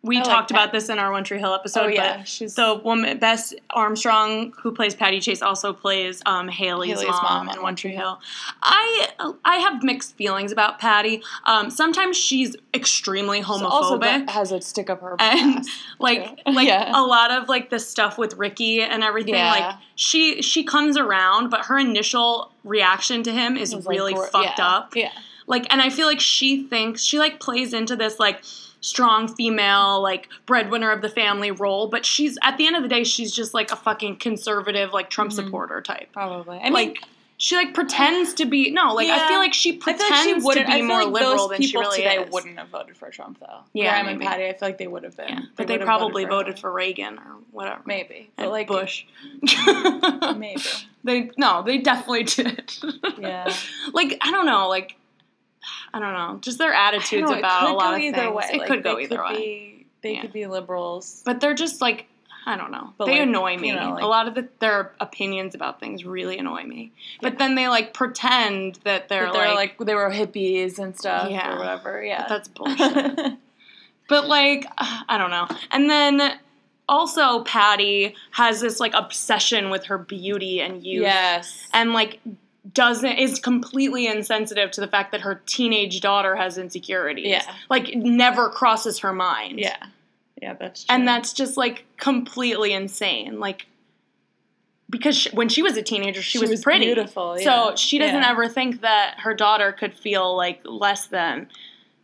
Speaker 3: We
Speaker 2: I like
Speaker 3: talked about
Speaker 2: Patty.
Speaker 3: this in our One Tree Hill episode.
Speaker 2: Oh, yeah,
Speaker 3: but
Speaker 2: she's-
Speaker 3: the woman. Bess Armstrong, who plays Patty Chase, also plays um, Haley's,
Speaker 2: Haley's
Speaker 3: mom,
Speaker 2: mom
Speaker 3: in
Speaker 2: on
Speaker 3: One Tree Hill. I I have mixed feelings about Patty. Um, sometimes she's extremely homophobic.
Speaker 2: So also that has a stick up her
Speaker 3: and
Speaker 2: ass.
Speaker 3: like
Speaker 2: too.
Speaker 3: like oh,
Speaker 2: Yeah.
Speaker 3: a lot of like the stuff with Ricky and everything
Speaker 2: Yeah.
Speaker 3: like she she comes around but her initial reaction to him is
Speaker 2: It's, like,
Speaker 3: really
Speaker 2: gro-
Speaker 3: fucked
Speaker 2: yeah,
Speaker 3: up
Speaker 2: Yeah.
Speaker 3: like and i feel like she thinks she like plays into this like strong female like breadwinner of the family role but she's at the end of the day she's just like a fucking conservative like trump
Speaker 2: Mhm.
Speaker 3: supporter type
Speaker 2: Probably. I mean,
Speaker 3: like she like pretends to be no like i
Speaker 2: Yeah.
Speaker 3: feel like she
Speaker 2: I
Speaker 3: pretends
Speaker 2: feel like she
Speaker 3: to
Speaker 2: wouldn't.
Speaker 3: be
Speaker 2: I feel
Speaker 3: more
Speaker 2: like
Speaker 3: liberal
Speaker 2: those
Speaker 3: than she
Speaker 2: people
Speaker 3: really
Speaker 2: today
Speaker 3: is
Speaker 2: wouldn't have voted for Trump, though.
Speaker 3: Yeah,
Speaker 2: Graham and
Speaker 3: maybe.
Speaker 2: Patty, I feel like they would have been.
Speaker 3: yeah. but they
Speaker 2: would have
Speaker 3: probably
Speaker 2: voted
Speaker 3: voted for reagan or whatever
Speaker 2: Maybe. But
Speaker 3: and
Speaker 2: like,
Speaker 3: bush
Speaker 2: Maybe.
Speaker 3: they no they definitely did
Speaker 2: Yeah.
Speaker 3: like I don't know, like I don't know, just their
Speaker 2: I
Speaker 3: attitudes
Speaker 2: don't know,
Speaker 3: about a lot of
Speaker 2: It could
Speaker 3: things.
Speaker 2: go either way.
Speaker 3: It
Speaker 2: Like,
Speaker 3: could go
Speaker 2: they
Speaker 3: either way,
Speaker 2: be- They
Speaker 3: Yeah.
Speaker 2: could be liberals.
Speaker 3: but they're just like I don't know.
Speaker 2: But,
Speaker 3: they
Speaker 2: like,
Speaker 3: annoy
Speaker 2: you
Speaker 3: me.
Speaker 2: know, like-
Speaker 3: a lot of the, their opinions about things really annoy me. But then they like pretend that they're,
Speaker 2: that they're
Speaker 3: like,
Speaker 2: like, they were hippies and stuff
Speaker 3: Yeah.
Speaker 2: or whatever. Yeah,
Speaker 3: that's bullshit. but like I don't know. And then also Patty has this like obsession with her beauty and youth.
Speaker 2: yes.
Speaker 3: and like doesn't is completely insensitive to the fact that her teenage daughter has insecurities.
Speaker 2: Yeah.
Speaker 3: Like it never crosses her mind.
Speaker 2: yeah, yeah, that's true.
Speaker 3: And uh, that's just like completely insane. Like because she, when she was a teenager, she, was, pretty.
Speaker 2: beautiful. yeah.
Speaker 3: So she doesn't
Speaker 2: yeah.
Speaker 3: ever think that her daughter could feel like less than.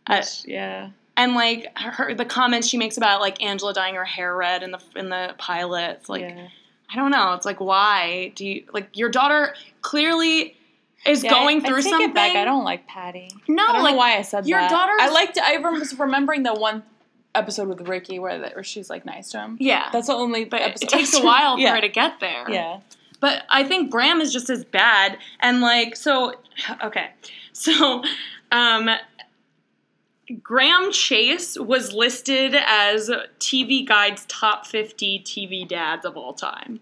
Speaker 3: Uh,
Speaker 2: Which- yeah,
Speaker 3: and like her, the comments she makes about like Angela dyeing her hair red in the in the pilot, it's like
Speaker 2: yeah.
Speaker 3: I don't know. It's like, why do you like your daughter clearly is
Speaker 2: Yeah,
Speaker 3: going
Speaker 2: I,
Speaker 3: through
Speaker 2: I take
Speaker 3: something?
Speaker 2: It back. I don't like Patty.
Speaker 3: No,
Speaker 2: I don't
Speaker 3: like,
Speaker 2: know why I said
Speaker 3: your
Speaker 2: that.
Speaker 3: daughter's-
Speaker 2: I liked. I rem- was remembering the one episode with Ricky where, the, where she's like nice to him.
Speaker 3: Yeah,
Speaker 2: That's the only
Speaker 3: but
Speaker 2: episode.
Speaker 3: it takes a while for
Speaker 2: yeah.
Speaker 3: her to get there.
Speaker 2: Yeah,
Speaker 3: but I think Graham is just as bad. And like, so okay, so um, Graham Chase was listed as TV Guide's top 50 TV dads of all time.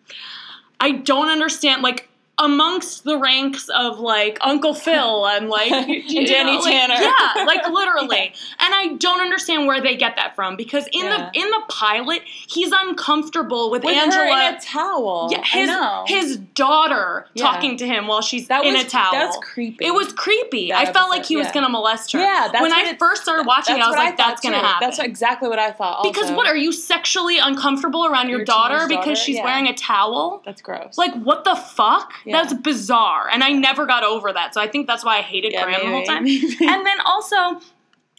Speaker 3: I don't understand, like. Amongst the ranks of like Uncle Phil and like
Speaker 2: And
Speaker 3: you
Speaker 2: Danny
Speaker 3: like-
Speaker 2: Tanner.
Speaker 3: yeah, like literally. And I don't understand where they get that from because in
Speaker 2: Yeah.
Speaker 3: the in the pilot, he's uncomfortable with,
Speaker 2: with
Speaker 3: Angela
Speaker 2: her in a towel.
Speaker 3: yeah,
Speaker 2: I
Speaker 3: his,
Speaker 2: know.
Speaker 3: his daughter
Speaker 2: Yeah.
Speaker 3: talking to him while she's
Speaker 2: that
Speaker 3: in
Speaker 2: was
Speaker 3: a towel.
Speaker 2: That's creepy.
Speaker 3: It was creepy.
Speaker 2: That
Speaker 3: I felt
Speaker 2: episode,
Speaker 3: like he was
Speaker 2: yeah.
Speaker 3: gonna molest her.
Speaker 2: Yeah, that's
Speaker 3: when
Speaker 2: what
Speaker 3: I
Speaker 2: it-
Speaker 3: first started watching it, I was
Speaker 2: what
Speaker 3: like,
Speaker 2: thought,
Speaker 3: "That's gonna
Speaker 2: too.
Speaker 3: happen."
Speaker 2: That's exactly what I thought. Also.
Speaker 3: because what are you sexually uncomfortable around your,
Speaker 2: Your
Speaker 3: daughter
Speaker 2: teenage
Speaker 3: because
Speaker 2: daughter?
Speaker 3: she's
Speaker 2: Yeah.
Speaker 3: wearing a towel?
Speaker 2: That's gross.
Speaker 3: Like, what the fuck?
Speaker 2: Yeah.
Speaker 3: That's bizarre. And I never got over that. So I think that's why I hated
Speaker 2: Yeah,
Speaker 3: Graham the whole
Speaker 2: maybe.
Speaker 3: time. and then also,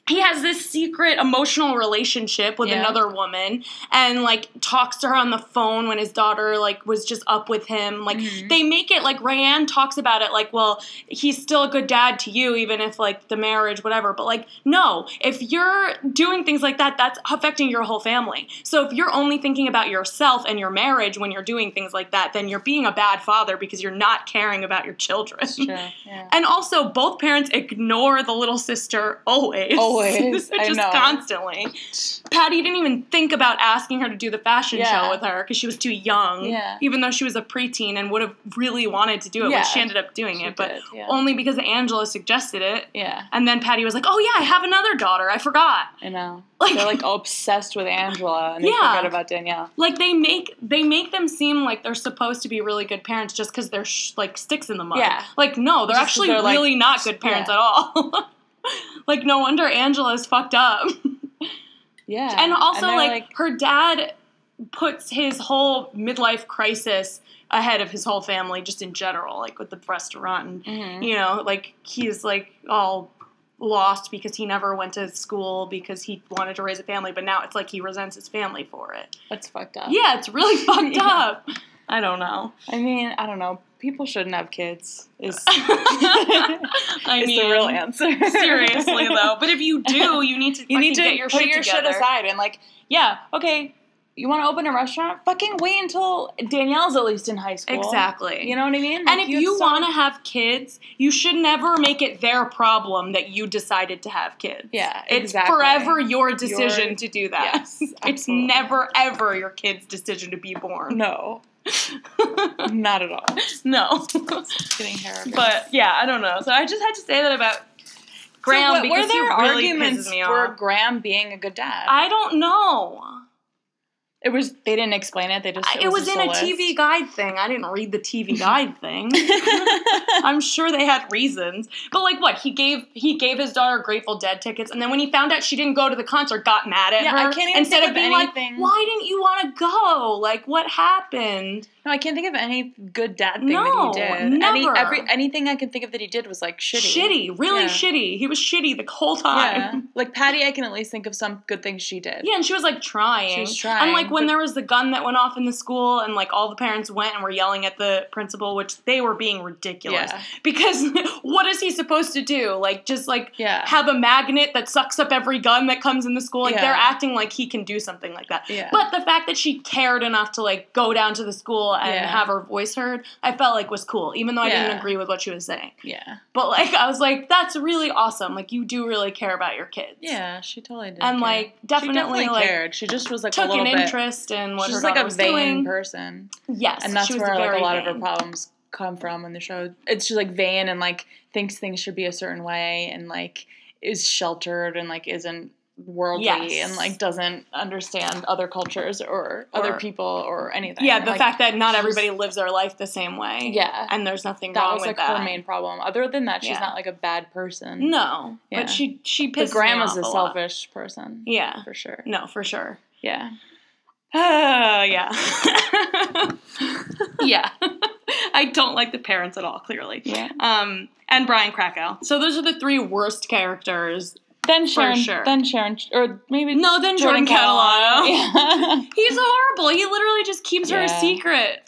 Speaker 3: he has this secret emotional relationship with
Speaker 2: Yeah.
Speaker 3: another woman and like talks to her on the phone when his daughter like was just up with him like
Speaker 2: Mhm.
Speaker 3: they make it like Rayanne talks about it like well he's still a good dad to you even if like the marriage whatever but like no if you're doing things like that that's affecting your whole family so if you're only thinking about yourself and your marriage when you're doing things like that then you're being a bad father because you're not caring about your children
Speaker 2: It's true. Yeah.
Speaker 3: and also, both parents ignore the little sister always.
Speaker 2: Always.
Speaker 3: just
Speaker 2: I know.
Speaker 3: constantly. Patty didn't even think about asking her to do the fashion
Speaker 2: Yeah.
Speaker 3: show with her because she was too young.
Speaker 2: Yeah.
Speaker 3: Even though she was a preteen and would have really wanted to do it,
Speaker 2: Yeah.
Speaker 3: which she ended up doing
Speaker 2: She
Speaker 3: it, but
Speaker 2: did, yeah.
Speaker 3: only because Angela suggested it.
Speaker 2: yeah,
Speaker 3: And then Patty was like, "Oh yeah, I have another daughter. I forgot."
Speaker 2: I know.
Speaker 3: Like-
Speaker 2: They're like obsessed with Angela and they
Speaker 3: Yeah.
Speaker 2: forget about Danielle.
Speaker 3: Like they make they make them seem like they're supposed to be really good parents just because they're sh- like sticks in the mud.
Speaker 2: Yeah.
Speaker 3: Like no, they're
Speaker 2: Just 'cause
Speaker 3: actually
Speaker 2: they're, like,
Speaker 3: really not good parents
Speaker 2: yeah.
Speaker 3: at all. like no wonder Angela's fucked up.
Speaker 2: Yeah.
Speaker 3: and also
Speaker 2: they're,
Speaker 3: like, her dad puts his whole midlife crisis ahead of his whole family just in general, like with the restaurant and
Speaker 2: mhm.
Speaker 3: you know, like he's like all lost because he never went to school because he wanted to raise a family, but now it's like he resents his family for it.
Speaker 2: that's fucked up.
Speaker 3: Yeah, it's really fucked
Speaker 2: Yeah.
Speaker 3: up. I don't know.
Speaker 2: I mean, I don't know. People shouldn't have kids. Is
Speaker 3: I
Speaker 2: is
Speaker 3: mean,
Speaker 2: the real answer.
Speaker 3: seriously though. But if you do, you need to
Speaker 2: you need to
Speaker 3: fucking get your
Speaker 2: put
Speaker 3: shit
Speaker 2: your
Speaker 3: together.
Speaker 2: shit aside and like, yeah, okay, you want to open a restaurant? Fucking wait until Danielle's at least in high school.
Speaker 3: Exactly.
Speaker 2: You know what I mean?
Speaker 3: and
Speaker 2: Like,
Speaker 3: if you,
Speaker 2: have so-
Speaker 3: want to have kids, you should never make it their problem that you decided to have kids.
Speaker 2: Yeah,
Speaker 3: it's
Speaker 2: exactly.
Speaker 3: forever your decision
Speaker 2: Your-
Speaker 3: to do that.
Speaker 2: Yes,
Speaker 3: it's
Speaker 2: absolutely.
Speaker 3: never ever your kid's decision to be born.
Speaker 2: No, not at all.
Speaker 3: No.
Speaker 2: Just getting terrible.
Speaker 3: but yeah, I don't know. So I just had to say that about Graham
Speaker 2: so what
Speaker 3: because
Speaker 2: were there
Speaker 3: he really
Speaker 2: arguments
Speaker 3: pisses me
Speaker 2: for
Speaker 3: off.
Speaker 2: Graham being a good dad?
Speaker 3: I don't know.
Speaker 2: it was they didn't explain it. They just
Speaker 3: I- It, was,
Speaker 2: just
Speaker 3: in a
Speaker 2: list.
Speaker 3: TV guide thing. I didn't read the TV guide thing. I'm sure they had reasons. But like what? He gave he gave his daughter Grateful Dead tickets and then when he found out she didn't go to the concert, got mad at
Speaker 2: Yeah,
Speaker 3: her.
Speaker 2: I can't even
Speaker 3: instead
Speaker 2: think
Speaker 3: of
Speaker 2: of
Speaker 3: being
Speaker 2: anything.
Speaker 3: like, "Why didn't you want to go? Like what happened?"
Speaker 2: no, I can't think of any good dad thing
Speaker 3: No,
Speaker 2: that he did. Any,
Speaker 3: never.
Speaker 2: every, anything I can think of that he did was like shitty.
Speaker 3: Shitty, really
Speaker 2: Yeah.
Speaker 3: shitty. He was shitty the whole time.
Speaker 2: Yeah, like Patty, I can at least think of some good things she did.
Speaker 3: Yeah, and she was like trying.
Speaker 2: She was trying,
Speaker 3: And like when
Speaker 2: but-
Speaker 3: there was the gun that went off in the school, and like all the parents went and were yelling at the principal, which they were being ridiculous.
Speaker 2: Yeah.
Speaker 3: Because what is he supposed to do? Like just like
Speaker 2: Yeah.
Speaker 3: have a magnet that sucks up every gun that comes in the school. Like they're
Speaker 2: Yeah.
Speaker 3: acting like he can do something like that.
Speaker 2: Yeah.
Speaker 3: But the fact that she cared enough to like go down to the school and
Speaker 2: Yeah.
Speaker 3: have her voice heard, I felt like was cool, even though I
Speaker 2: Yeah.
Speaker 3: didn't agree with what she was saying.
Speaker 2: yeah,
Speaker 3: But like I was like, that's really awesome. Like you do really care about your kids.
Speaker 2: yeah, she totally did.
Speaker 3: And
Speaker 2: care.
Speaker 3: like
Speaker 2: she
Speaker 3: definitely,
Speaker 2: definitely
Speaker 3: like
Speaker 2: cared. She just was like a
Speaker 3: took
Speaker 2: little
Speaker 3: an
Speaker 2: bit.
Speaker 3: interest in what
Speaker 2: she's
Speaker 3: her
Speaker 2: like
Speaker 3: daughter
Speaker 2: a
Speaker 3: was
Speaker 2: vain
Speaker 3: doing.
Speaker 2: person,
Speaker 3: Yes,
Speaker 2: and that's
Speaker 3: she was
Speaker 2: where like
Speaker 3: very
Speaker 2: a lot of her
Speaker 3: vain.
Speaker 2: problems come from in the show. It's she's like vain and like thinks things should be a certain way, and like is sheltered and like isn't worldly
Speaker 3: Yes.
Speaker 2: and like doesn't understand other cultures or, other
Speaker 3: Or-
Speaker 2: people or anything.
Speaker 3: Yeah, the
Speaker 2: Like,
Speaker 3: fact that not
Speaker 2: she's-
Speaker 3: everybody lives their life the same way.
Speaker 2: Yeah.
Speaker 3: and there's nothing
Speaker 2: that
Speaker 3: wrong
Speaker 2: was
Speaker 3: with
Speaker 2: like
Speaker 3: that.
Speaker 2: her main problem. Other than that, she's
Speaker 3: Yeah.
Speaker 2: not like a bad person.
Speaker 3: No,
Speaker 2: Yeah.
Speaker 3: but she she
Speaker 2: but
Speaker 3: pissed
Speaker 2: grandma's
Speaker 3: me
Speaker 2: a
Speaker 3: off lot.
Speaker 2: selfish person.
Speaker 3: Yeah,
Speaker 2: for sure.
Speaker 3: no, for sure.
Speaker 2: Yeah.
Speaker 3: Oh yeah, yeah. I don't like the parents at all. Clearly,
Speaker 2: Yeah.
Speaker 3: Um, and Brian Krakow. So those are the three worst characters.
Speaker 2: Then Sharon.
Speaker 3: sure.
Speaker 2: Then Sharon. Or maybe
Speaker 3: No, then Jordan, Catalano.
Speaker 2: Yeah.
Speaker 3: He's horrible. He literally just keeps her a
Speaker 2: Yeah.
Speaker 3: secret.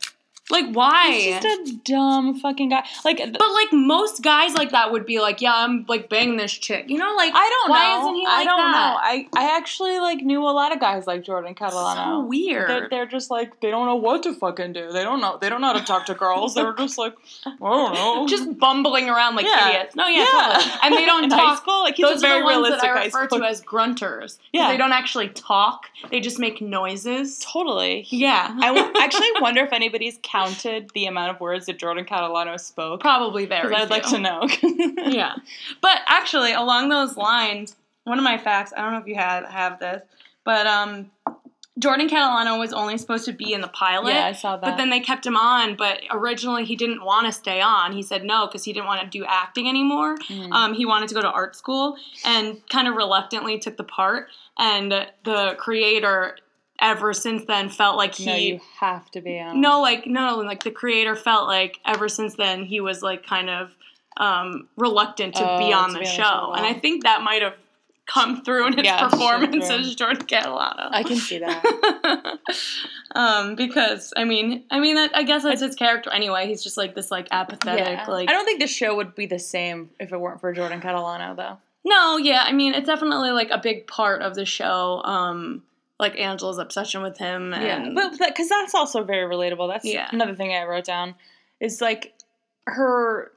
Speaker 3: Like why?
Speaker 2: He's just a dumb fucking guy. Like, th-
Speaker 3: But like most guys like that would be like, yeah, I'm like banging this chick. You know, like
Speaker 2: I don't
Speaker 3: why
Speaker 2: know.
Speaker 3: isn't he
Speaker 2: I
Speaker 3: like
Speaker 2: don't
Speaker 3: that?
Speaker 2: know. I I actually like knew a lot of guys like Jordan
Speaker 3: So
Speaker 2: Catalano.
Speaker 3: weird.
Speaker 2: They're, they're just like they don't know what to fucking do. They don't know. They don't know how to talk to girls. They're just like I don't know.
Speaker 3: just bumbling around like
Speaker 2: Mm-hmm. Yeah.
Speaker 3: idiots. No, yeah, totally. And they don't
Speaker 2: In High
Speaker 3: talk.
Speaker 2: school, like he's
Speaker 3: Those
Speaker 2: a very
Speaker 3: are the ones
Speaker 2: realistic
Speaker 3: that I
Speaker 2: high
Speaker 3: refer
Speaker 2: school.
Speaker 3: to as grunters. Yeah,
Speaker 2: Yeah.
Speaker 3: they don't actually talk. They just make noises.
Speaker 2: Totally.
Speaker 3: Yeah,
Speaker 2: I w- actually wonder if anybody's counted the amount of words that Jordan Catalano spoke.
Speaker 3: probably very.
Speaker 2: Because I'd like
Speaker 3: few.
Speaker 2: to know.
Speaker 3: yeah. But actually, along those lines, one of my facts, I don't know if you had have this, but um Jordan Catalano was only supposed to be in the pilot.
Speaker 2: Yeah, I saw that.
Speaker 3: But then they kept him on, but originally he didn't want to stay on. He said no because he didn't want to do acting anymore.
Speaker 2: Mm.
Speaker 3: Um, he wanted to go to art school and kind of reluctantly took the part. And the creator, ever since then, felt like he
Speaker 2: no, you have to be um, on.
Speaker 3: no, like no, like the creator felt like ever since then he was like kind of um, reluctant to
Speaker 2: Oh,
Speaker 3: be on
Speaker 2: to
Speaker 3: the
Speaker 2: be on the
Speaker 3: show,
Speaker 2: show.
Speaker 3: and I think that might have come through in his
Speaker 2: Yeah, sure
Speaker 3: performance
Speaker 2: do.
Speaker 3: as George Catalano.
Speaker 2: I can see that.
Speaker 3: um, because I mean, I mean, that, I guess that's his character anyway. He's just like this, like apathetic,
Speaker 2: Yeah.
Speaker 3: like
Speaker 2: I don't think the show would be the same if it weren't for Jordan Catalano, though.
Speaker 3: no, yeah. I mean, it's definitely like a big part of the show. Um, like Angela's obsession with him,
Speaker 2: Yeah,
Speaker 3: and
Speaker 2: but because that's also very relatable. That's
Speaker 3: Yeah.
Speaker 2: another thing I wrote down is like her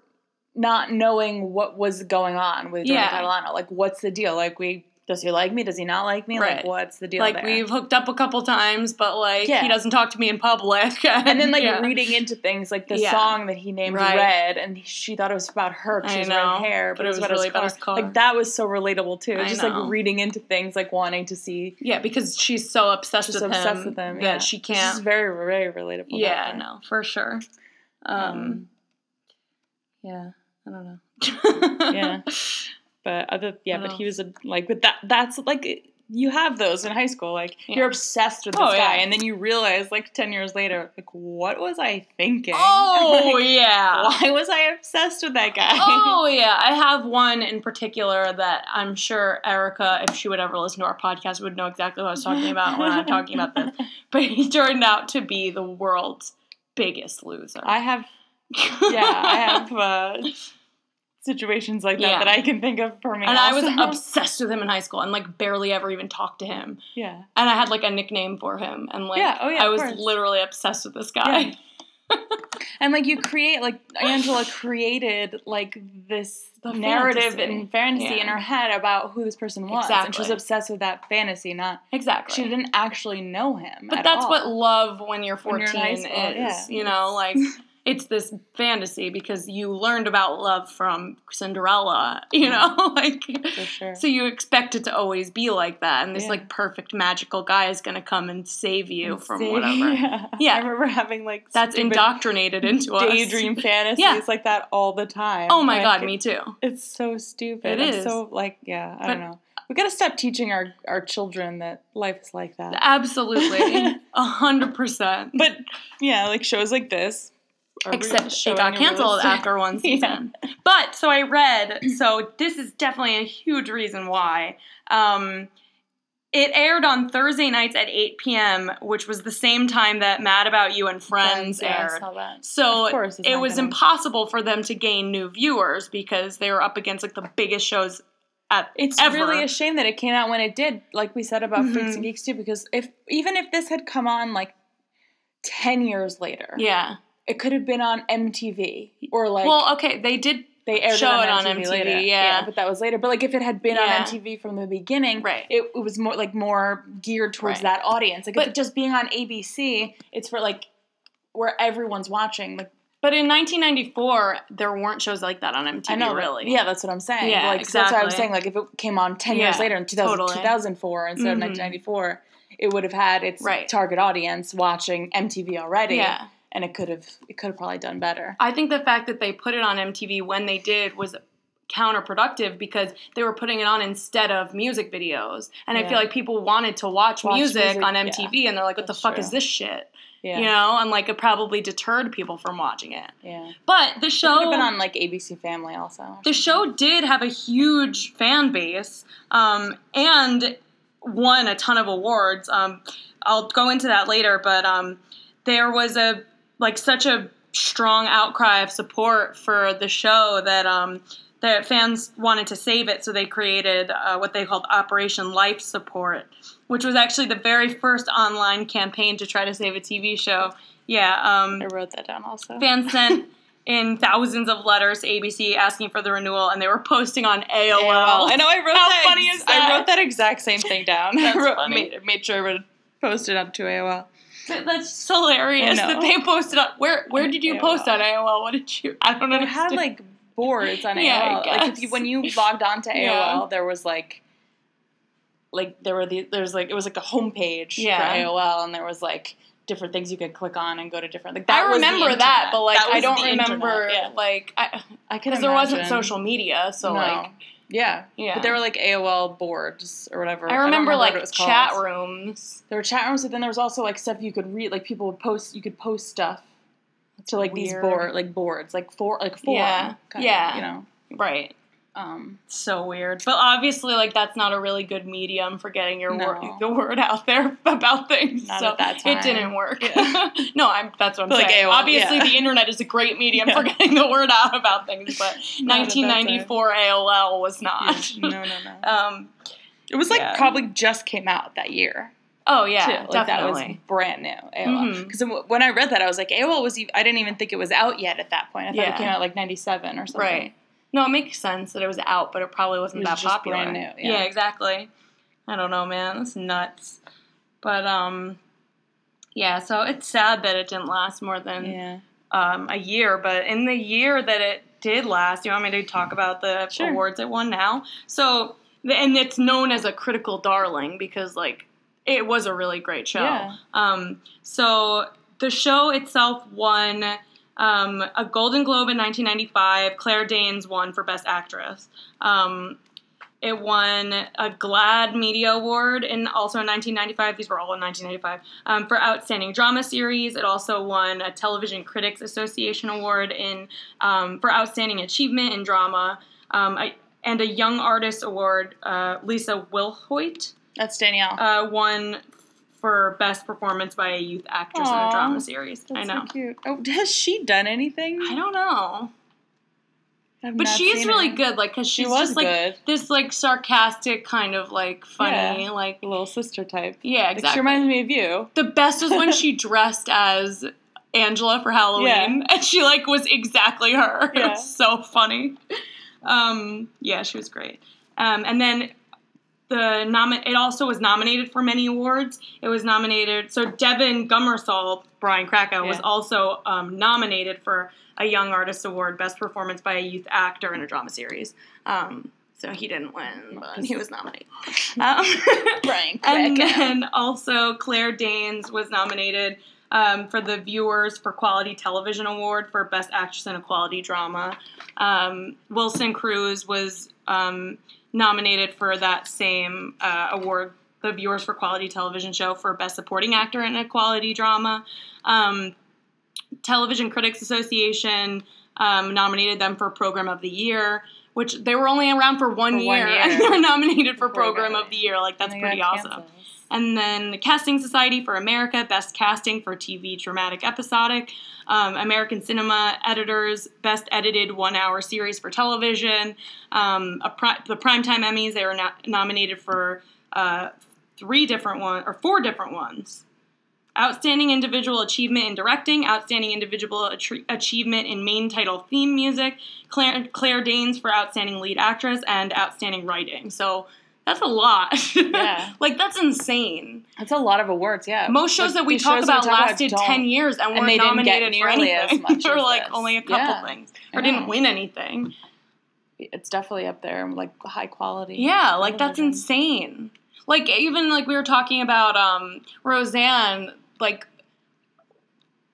Speaker 2: not knowing what was going on with Jordan
Speaker 3: Yeah.
Speaker 2: Catalano. Like, what's the deal? Like, we does he like me? Does he not like me?
Speaker 3: Right.
Speaker 2: Like, what's the deal?
Speaker 3: like
Speaker 2: there?
Speaker 3: we've hooked up a couple times, but like
Speaker 2: Yeah.
Speaker 3: he doesn't talk to me in public,
Speaker 2: and then like
Speaker 3: yeah.
Speaker 2: reading into things like the
Speaker 3: Yeah.
Speaker 2: song that he named
Speaker 3: Right.
Speaker 2: Red, and she thought it was about her. 'cause
Speaker 3: I
Speaker 2: She has
Speaker 3: know,
Speaker 2: red hair, but, it was,
Speaker 3: really
Speaker 2: about his car.
Speaker 3: car.
Speaker 2: Like that was so relatable too.
Speaker 3: I
Speaker 2: Just
Speaker 3: know.
Speaker 2: like reading into things, like wanting to see.
Speaker 3: yeah, because she's so obsessed
Speaker 2: Just
Speaker 3: with
Speaker 2: obsessed
Speaker 3: him
Speaker 2: with him.
Speaker 3: that
Speaker 2: yeah.
Speaker 3: she
Speaker 2: She's
Speaker 3: can't.
Speaker 2: very very relatable. that
Speaker 3: Yeah,
Speaker 2: way.
Speaker 3: no, for sure. um,
Speaker 2: Um,
Speaker 3: Yeah, I don't know.
Speaker 2: Yeah. but other yeah,
Speaker 3: What
Speaker 2: but he was a, like with that. That's like it- you have those in high school. Like
Speaker 3: Yeah.
Speaker 2: you're obsessed with this
Speaker 3: Oh,
Speaker 2: guy,
Speaker 3: yeah.
Speaker 2: and then you realize like ten years later, like what was I thinking?
Speaker 3: Oh
Speaker 2: Like,
Speaker 3: yeah.
Speaker 2: why was I obsessed with that guy?
Speaker 3: Oh yeah. I have one in particular that I'm sure Erica, if she would ever listen to our podcast, would know exactly what I was talking about when I'm talking about this. But he turned out to be the world's biggest loser.
Speaker 2: I have yeah, I have uh, situations like that
Speaker 3: Yeah.
Speaker 2: that I can think of for me.
Speaker 3: And I was
Speaker 2: also.
Speaker 3: obsessed with him in high school and like barely ever even talked to him.
Speaker 2: yeah.
Speaker 3: And I had like a nickname for him and like
Speaker 2: Yeah, oh, yeah,
Speaker 3: I
Speaker 2: of
Speaker 3: was
Speaker 2: course.
Speaker 3: literally obsessed with this guy.
Speaker 2: Yeah. And like you create, like Angela created like this
Speaker 3: The
Speaker 2: narrative
Speaker 3: fantasy.
Speaker 2: and fantasy in
Speaker 3: Yeah.
Speaker 2: her head about who this person was, and she was
Speaker 3: Exactly.
Speaker 2: obsessed with that fantasy. Not
Speaker 3: Exactly.
Speaker 2: she didn't actually know him.
Speaker 3: But
Speaker 2: at
Speaker 3: that's
Speaker 2: all.
Speaker 3: what love when you're 14
Speaker 2: When you're in high school,
Speaker 3: is.
Speaker 2: yeah.
Speaker 3: You know, like it's this fantasy because you learned about love from Cinderella, you know, like
Speaker 2: for sure.
Speaker 3: so you expect it to always be like that and this
Speaker 2: Yeah.
Speaker 3: like perfect magical guy is going to come and save you from
Speaker 2: See?
Speaker 3: whatever.
Speaker 2: Yeah.
Speaker 3: Yeah.
Speaker 2: I remember having like
Speaker 3: That's
Speaker 2: stupid
Speaker 3: indoctrinated into us.
Speaker 2: daydream fantasies like that all the time.
Speaker 3: Oh my
Speaker 2: Like,
Speaker 3: god, me too.
Speaker 2: It's so stupid.
Speaker 3: It
Speaker 2: It's
Speaker 3: is.
Speaker 2: so like yeah, I
Speaker 3: But-
Speaker 2: don't know. We gotta stop teaching our our children that life is like that.
Speaker 3: Absolutely. A hundred percent.
Speaker 2: But yeah, like shows like this. are re-
Speaker 3: Except it
Speaker 2: showing
Speaker 3: got
Speaker 2: a real
Speaker 3: canceled
Speaker 2: estate-
Speaker 3: after one season. But so I read, so this is definitely a huge reason why. Um, it aired on Thursday nights at 8 p.m., which was the same time that Mad About You and Friends,
Speaker 2: yeah, I
Speaker 3: aired.
Speaker 2: saw that. Of
Speaker 3: So
Speaker 2: course, it's
Speaker 3: it
Speaker 2: not
Speaker 3: was
Speaker 2: gonna-
Speaker 3: impossible for them to gain new viewers because they were up against like the biggest shows at
Speaker 2: It's
Speaker 3: ever.
Speaker 2: really a shame that it came out when it did, like we said about Freaks
Speaker 3: Mhm.
Speaker 2: and Geeks too, because if even if this had come on like ten years later,
Speaker 3: yeah.
Speaker 2: it could have been on MTV or like
Speaker 3: well, okay, they did
Speaker 2: they aired
Speaker 3: show
Speaker 2: it on MTV, later.
Speaker 3: yeah.
Speaker 2: but that was later. But like if it had been
Speaker 3: Yeah.
Speaker 2: on MTV from the beginning,
Speaker 3: Right.
Speaker 2: it, it was more like more geared towards
Speaker 3: Right.
Speaker 2: that audience. Like
Speaker 3: But-
Speaker 2: if it just being on ABC, it's for like where everyone's watching. Like
Speaker 3: But in 1994, there weren't shows like that on MTV.
Speaker 2: I know, but-
Speaker 3: really.
Speaker 2: Yeah, that's what I'm saying.
Speaker 3: Yeah,
Speaker 2: like so that's what I'm
Speaker 3: exactly.
Speaker 2: saying. Like if it came on ten years
Speaker 3: Yeah,
Speaker 2: later in 2000,
Speaker 3: totally.
Speaker 2: 2004 instead
Speaker 3: Mhm.
Speaker 2: of 1994, it would have had its
Speaker 3: Right.
Speaker 2: target audience watching MTV already.
Speaker 3: Yeah.
Speaker 2: And it could have it could have probably done better.
Speaker 3: I think the fact that they put it on MTV when they did was counterproductive because they were putting it on instead of music videos. And I
Speaker 2: Yeah.
Speaker 3: feel like people wanted to watch,
Speaker 2: Watch
Speaker 3: music,
Speaker 2: music,
Speaker 3: on
Speaker 2: yeah.
Speaker 3: MTV and they're like, what the
Speaker 2: That's
Speaker 3: fuck
Speaker 2: true.
Speaker 3: is this shit? You know? And like it probably deterred people from watching it.
Speaker 2: Yeah.
Speaker 3: But the
Speaker 2: It
Speaker 3: show
Speaker 2: would have been on like ABC Family also.
Speaker 3: the show did have a huge fan base um, and won a ton of awards. Um, I'll go into that later, but um, there was a like such a strong outcry of support for the show that um, that fans wanted to save it, so they created uh, what they called Operation Life Support, which was actually the very first online campaign to try to save a TV show. Yeah, um,
Speaker 2: I wrote that down also.
Speaker 3: fans sent in thousands of letters to ABC asking for the renewal, and they were posting on AOL.
Speaker 2: AOL. I know I wrote
Speaker 3: How
Speaker 2: that.
Speaker 3: funny
Speaker 2: ex-
Speaker 3: is that?
Speaker 2: I wrote that exact same thing down.
Speaker 3: That's
Speaker 2: I wrote,
Speaker 3: funny.
Speaker 2: Made, made sure I would post it up to AOL.
Speaker 3: Th- That's just hilarious
Speaker 2: I know.
Speaker 3: that they posted on. Where where did you
Speaker 2: AOL.
Speaker 3: post on AOL? What did you? I don't know.
Speaker 2: It had like boards on
Speaker 3: Yeah, I
Speaker 2: AOL. Like if you,
Speaker 3: guess.
Speaker 2: when you logged on to AOL,
Speaker 3: Yeah.
Speaker 2: there was like like there were the there's like it was like a homepage
Speaker 3: Yeah.
Speaker 2: for AOL and there was like different things you could click on and go to different like that
Speaker 3: I
Speaker 2: was the
Speaker 3: remember that,
Speaker 2: internet.
Speaker 3: but like
Speaker 2: That
Speaker 3: I
Speaker 2: was
Speaker 3: don't
Speaker 2: the
Speaker 3: remember
Speaker 2: internet. Yeah.
Speaker 3: like
Speaker 2: I could
Speaker 3: because there wasn't
Speaker 2: imagine.
Speaker 3: social media, so
Speaker 2: No.
Speaker 3: like
Speaker 2: yeah.
Speaker 3: yeah.
Speaker 2: But there were like AOL boards or whatever.
Speaker 3: I
Speaker 2: don't
Speaker 3: remember
Speaker 2: what
Speaker 3: like
Speaker 2: it was called.
Speaker 3: chat rooms.
Speaker 2: There were chat rooms, but then there was also like stuff you could read. Like people would post, you could post stuff to like these
Speaker 3: weird.
Speaker 2: board, like boards, like for like forum.
Speaker 3: Yeah.
Speaker 2: kind of,
Speaker 3: Yeah.
Speaker 2: you know.
Speaker 3: Right.
Speaker 2: Um, so weird.
Speaker 3: But obviously, like that's not a really good medium for getting your
Speaker 2: No.
Speaker 3: word the word out there about things.
Speaker 2: Not
Speaker 3: so
Speaker 2: at that
Speaker 3: it
Speaker 2: time.
Speaker 3: didn't work.
Speaker 2: Yeah.
Speaker 3: no, I'm that's what I'm
Speaker 2: But, like,
Speaker 3: saying.
Speaker 2: AOL,
Speaker 3: obviously,
Speaker 2: yeah.
Speaker 3: the internet is a great medium for
Speaker 2: Yeah.
Speaker 3: getting the word out about things, but
Speaker 2: Not at that time.
Speaker 3: 1994 AOL was
Speaker 2: Yeah,
Speaker 3: not.
Speaker 2: no, no, no.
Speaker 3: um,
Speaker 2: It was like
Speaker 3: Yeah.
Speaker 2: probably just came out that year.
Speaker 3: oh yeah,
Speaker 2: too. Like
Speaker 3: definitely.
Speaker 2: that was brand new AOL.
Speaker 3: Mhm.
Speaker 2: Because when I read that, I was like, AOL was. Even, I didn't even think it was out yet at that point. I thought
Speaker 3: Yeah.
Speaker 2: it came out like '97 or something.
Speaker 3: Right. No, it makes sense that it was out, but it probably wasn't
Speaker 2: It was
Speaker 3: that
Speaker 2: just
Speaker 3: popular.
Speaker 2: brand new, yeah.
Speaker 3: exactly. I don't know, man. That's nuts. But um yeah, so it's sad that it didn't last more than
Speaker 2: Yeah.
Speaker 3: um, a year, but in the year that it did last, you want me to talk about the
Speaker 2: Sure.
Speaker 3: awards it won now? So, and it's known as a critical darling because, like, it was a really great show.
Speaker 2: Yeah.
Speaker 3: Um, so, the show itself won um, a Golden Globe in 1995. Claire Danes won for Best Actress. Um, it won a GLAAD Media Award and also in 1995. These were all in 1995 um, for Outstanding Drama Series. It also won a Television Critics Association Award in um, for Outstanding Achievement in Drama um, I- and a Young Artist Award. Uh, Lisa Wilhoit
Speaker 2: That's Danielle.
Speaker 3: uh, won for Best Performance by a Youth Actress in
Speaker 2: Aw,
Speaker 3: a Drama Series.
Speaker 2: That's
Speaker 3: I know.
Speaker 2: So cute. Oh, has she done anything?
Speaker 3: I don't know.
Speaker 2: I've
Speaker 3: But
Speaker 2: not
Speaker 3: she is
Speaker 2: seen
Speaker 3: really
Speaker 2: her.
Speaker 3: good, like, cause
Speaker 2: She
Speaker 3: she's
Speaker 2: was
Speaker 3: just like
Speaker 2: good.
Speaker 3: this, like, sarcastic kind of like funny,
Speaker 2: Yeah.
Speaker 3: like,
Speaker 2: Little sister type.
Speaker 3: yeah,
Speaker 2: Like,
Speaker 3: exactly.
Speaker 2: She reminds me of you.
Speaker 3: The best is when she dressed as Angela for Halloween, and she like was exactly her.
Speaker 2: Yeah.
Speaker 3: It's so funny. Um, yeah, she was great. Um, and then the nomi- it also was nominated for many awards. It was nominated. So Devin Gummersall, Brian Krakow, was
Speaker 2: Yeah.
Speaker 3: also um, nominated for a Young Artist Award, Best Performance by a Youth Actor in a Drama Series. Um, so he didn't win, but he was nominated. Um,
Speaker 2: Brian
Speaker 3: and then also Claire Danes was nominated um, for the Viewers for Quality Television Award for Best Actress in a Quality Drama. Um, Wilson Cruz was um, nominated for that same uh, award, the Viewers for Quality Television Show for Best Supporting Actor in a Quality Drama. Um, Television Critics Association um, nominated them for Program of the Year. Which they were only around for one,
Speaker 2: For one
Speaker 3: year,
Speaker 2: year.
Speaker 3: and they were nominated for
Speaker 2: Program
Speaker 3: Program
Speaker 2: of
Speaker 3: of the Year. Like that's
Speaker 2: And they
Speaker 3: pretty
Speaker 2: got
Speaker 3: awesome.
Speaker 2: Kansas.
Speaker 3: And then the Casting Society for America, Best Casting for TV Dramatic Episodic, um, American Cinema Editors, Best Edited One Hour Series for Television, um, a pri- the Primetime Emmys, they were no- nominated for uh, three different ones, or four different ones. Outstanding Individual Achievement in Directing, Outstanding Individual Atri- Achievement in Main Title Theme Music, Claire, Claire Danes for Outstanding Lead Actress, and Outstanding Writing. So that's a lot.
Speaker 2: Yeah.
Speaker 3: Like that's insane.
Speaker 2: That's a lot of awards, yeah.
Speaker 3: Most shows
Speaker 2: Like,
Speaker 3: that we
Speaker 2: these
Speaker 3: talk
Speaker 2: shows
Speaker 3: about
Speaker 2: we
Speaker 3: lasted
Speaker 2: don't-
Speaker 3: ten years and,
Speaker 2: and
Speaker 3: weren't
Speaker 2: they didn't get
Speaker 3: nominated for
Speaker 2: nearly
Speaker 3: anything.
Speaker 2: as much
Speaker 3: or
Speaker 2: as
Speaker 3: like
Speaker 2: this.
Speaker 3: only a couple
Speaker 2: Yeah.
Speaker 3: things, or
Speaker 2: I
Speaker 3: didn't
Speaker 2: know.
Speaker 3: win anything.
Speaker 2: It's definitely up there, like high quality.
Speaker 3: Yeah, like that's
Speaker 2: television.
Speaker 3: insane. Like even like we were talking about um Roseanne, like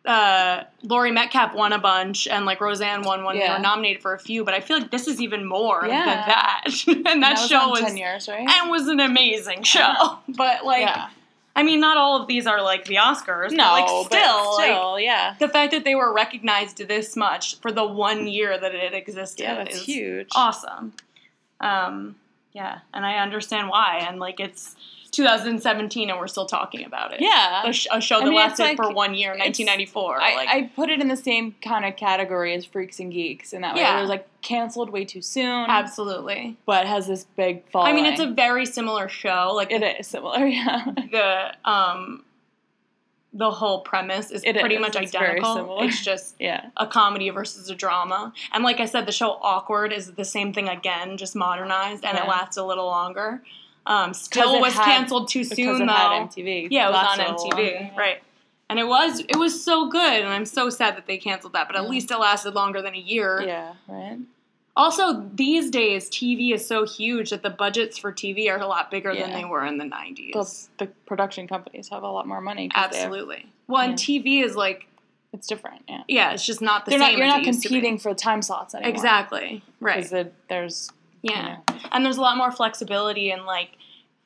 Speaker 3: uh Lori Metcalf won a bunch and like Roseanne won one. They
Speaker 2: Yeah.
Speaker 3: were nominated for a few, but I feel like this is even more
Speaker 2: Yeah.
Speaker 3: than that. and that,
Speaker 2: And that was
Speaker 3: show
Speaker 2: on
Speaker 3: was,
Speaker 2: 10 years, right?
Speaker 3: and was an amazing show. But like
Speaker 2: yeah.
Speaker 3: I mean not all of these are like the Oscars,
Speaker 2: No,
Speaker 3: but like still,
Speaker 2: but
Speaker 3: like,
Speaker 2: still, yeah.
Speaker 3: the fact that they were recognized this much for the one year that it existed
Speaker 2: Yeah, that's
Speaker 3: is
Speaker 2: huge.
Speaker 3: awesome. Um, yeah, and I understand why. And like it's 2017, and we're still talking about it.
Speaker 2: Yeah.
Speaker 3: a, sh- a show
Speaker 2: I
Speaker 3: that
Speaker 2: mean, it's
Speaker 3: lasted
Speaker 2: like-
Speaker 3: for one year,
Speaker 2: it's-
Speaker 3: 1994.
Speaker 2: I,
Speaker 3: like,
Speaker 2: I put it in the same kind of category as Freaks and Geeks, and that way
Speaker 3: Yeah.
Speaker 2: it was like canceled way too soon,
Speaker 3: absolutely.
Speaker 2: but has this big fall.
Speaker 3: I mean, it's a very similar show. Like
Speaker 2: it is similar, yeah.
Speaker 3: the um, the whole premise is
Speaker 2: It
Speaker 3: pretty
Speaker 2: is.
Speaker 3: much
Speaker 2: It's very
Speaker 3: identical.
Speaker 2: similar.
Speaker 3: It's just
Speaker 2: yeah.
Speaker 3: a comedy versus a drama. And like I said, the show Awkward is the same thing again, just modernized, and it
Speaker 2: Yeah.
Speaker 3: lasts a little longer. Um, still
Speaker 2: it
Speaker 3: was
Speaker 2: had-
Speaker 3: canceled too
Speaker 2: Because
Speaker 3: soon
Speaker 2: it
Speaker 3: though.
Speaker 2: had MTV.
Speaker 3: Yeah, it was
Speaker 2: lasted
Speaker 3: on
Speaker 2: a
Speaker 3: MTV,
Speaker 2: long-
Speaker 3: right? And it was it was so good, and I'm so sad that they canceled that. But at
Speaker 2: Yeah.
Speaker 3: least it lasted longer than a year.
Speaker 2: Yeah, right.
Speaker 3: Also, these days TV is so huge that the budgets for TV are a lot bigger than
Speaker 2: Yeah.
Speaker 3: they were in the 90s.
Speaker 2: The, the production companies have a lot more money. 'cause they have-
Speaker 3: Absolutely. Well, and
Speaker 2: Yeah.
Speaker 3: TV is like
Speaker 2: it's different. Yeah,
Speaker 3: yeah, it's just not the
Speaker 2: they're
Speaker 3: same.
Speaker 2: not. You're
Speaker 3: as
Speaker 2: not
Speaker 3: it used to be.
Speaker 2: competing for time slots anymore.
Speaker 3: Exactly. Right.
Speaker 2: Because the- there's
Speaker 3: Yeah.
Speaker 2: you know,
Speaker 3: And there's a lot more flexibility in like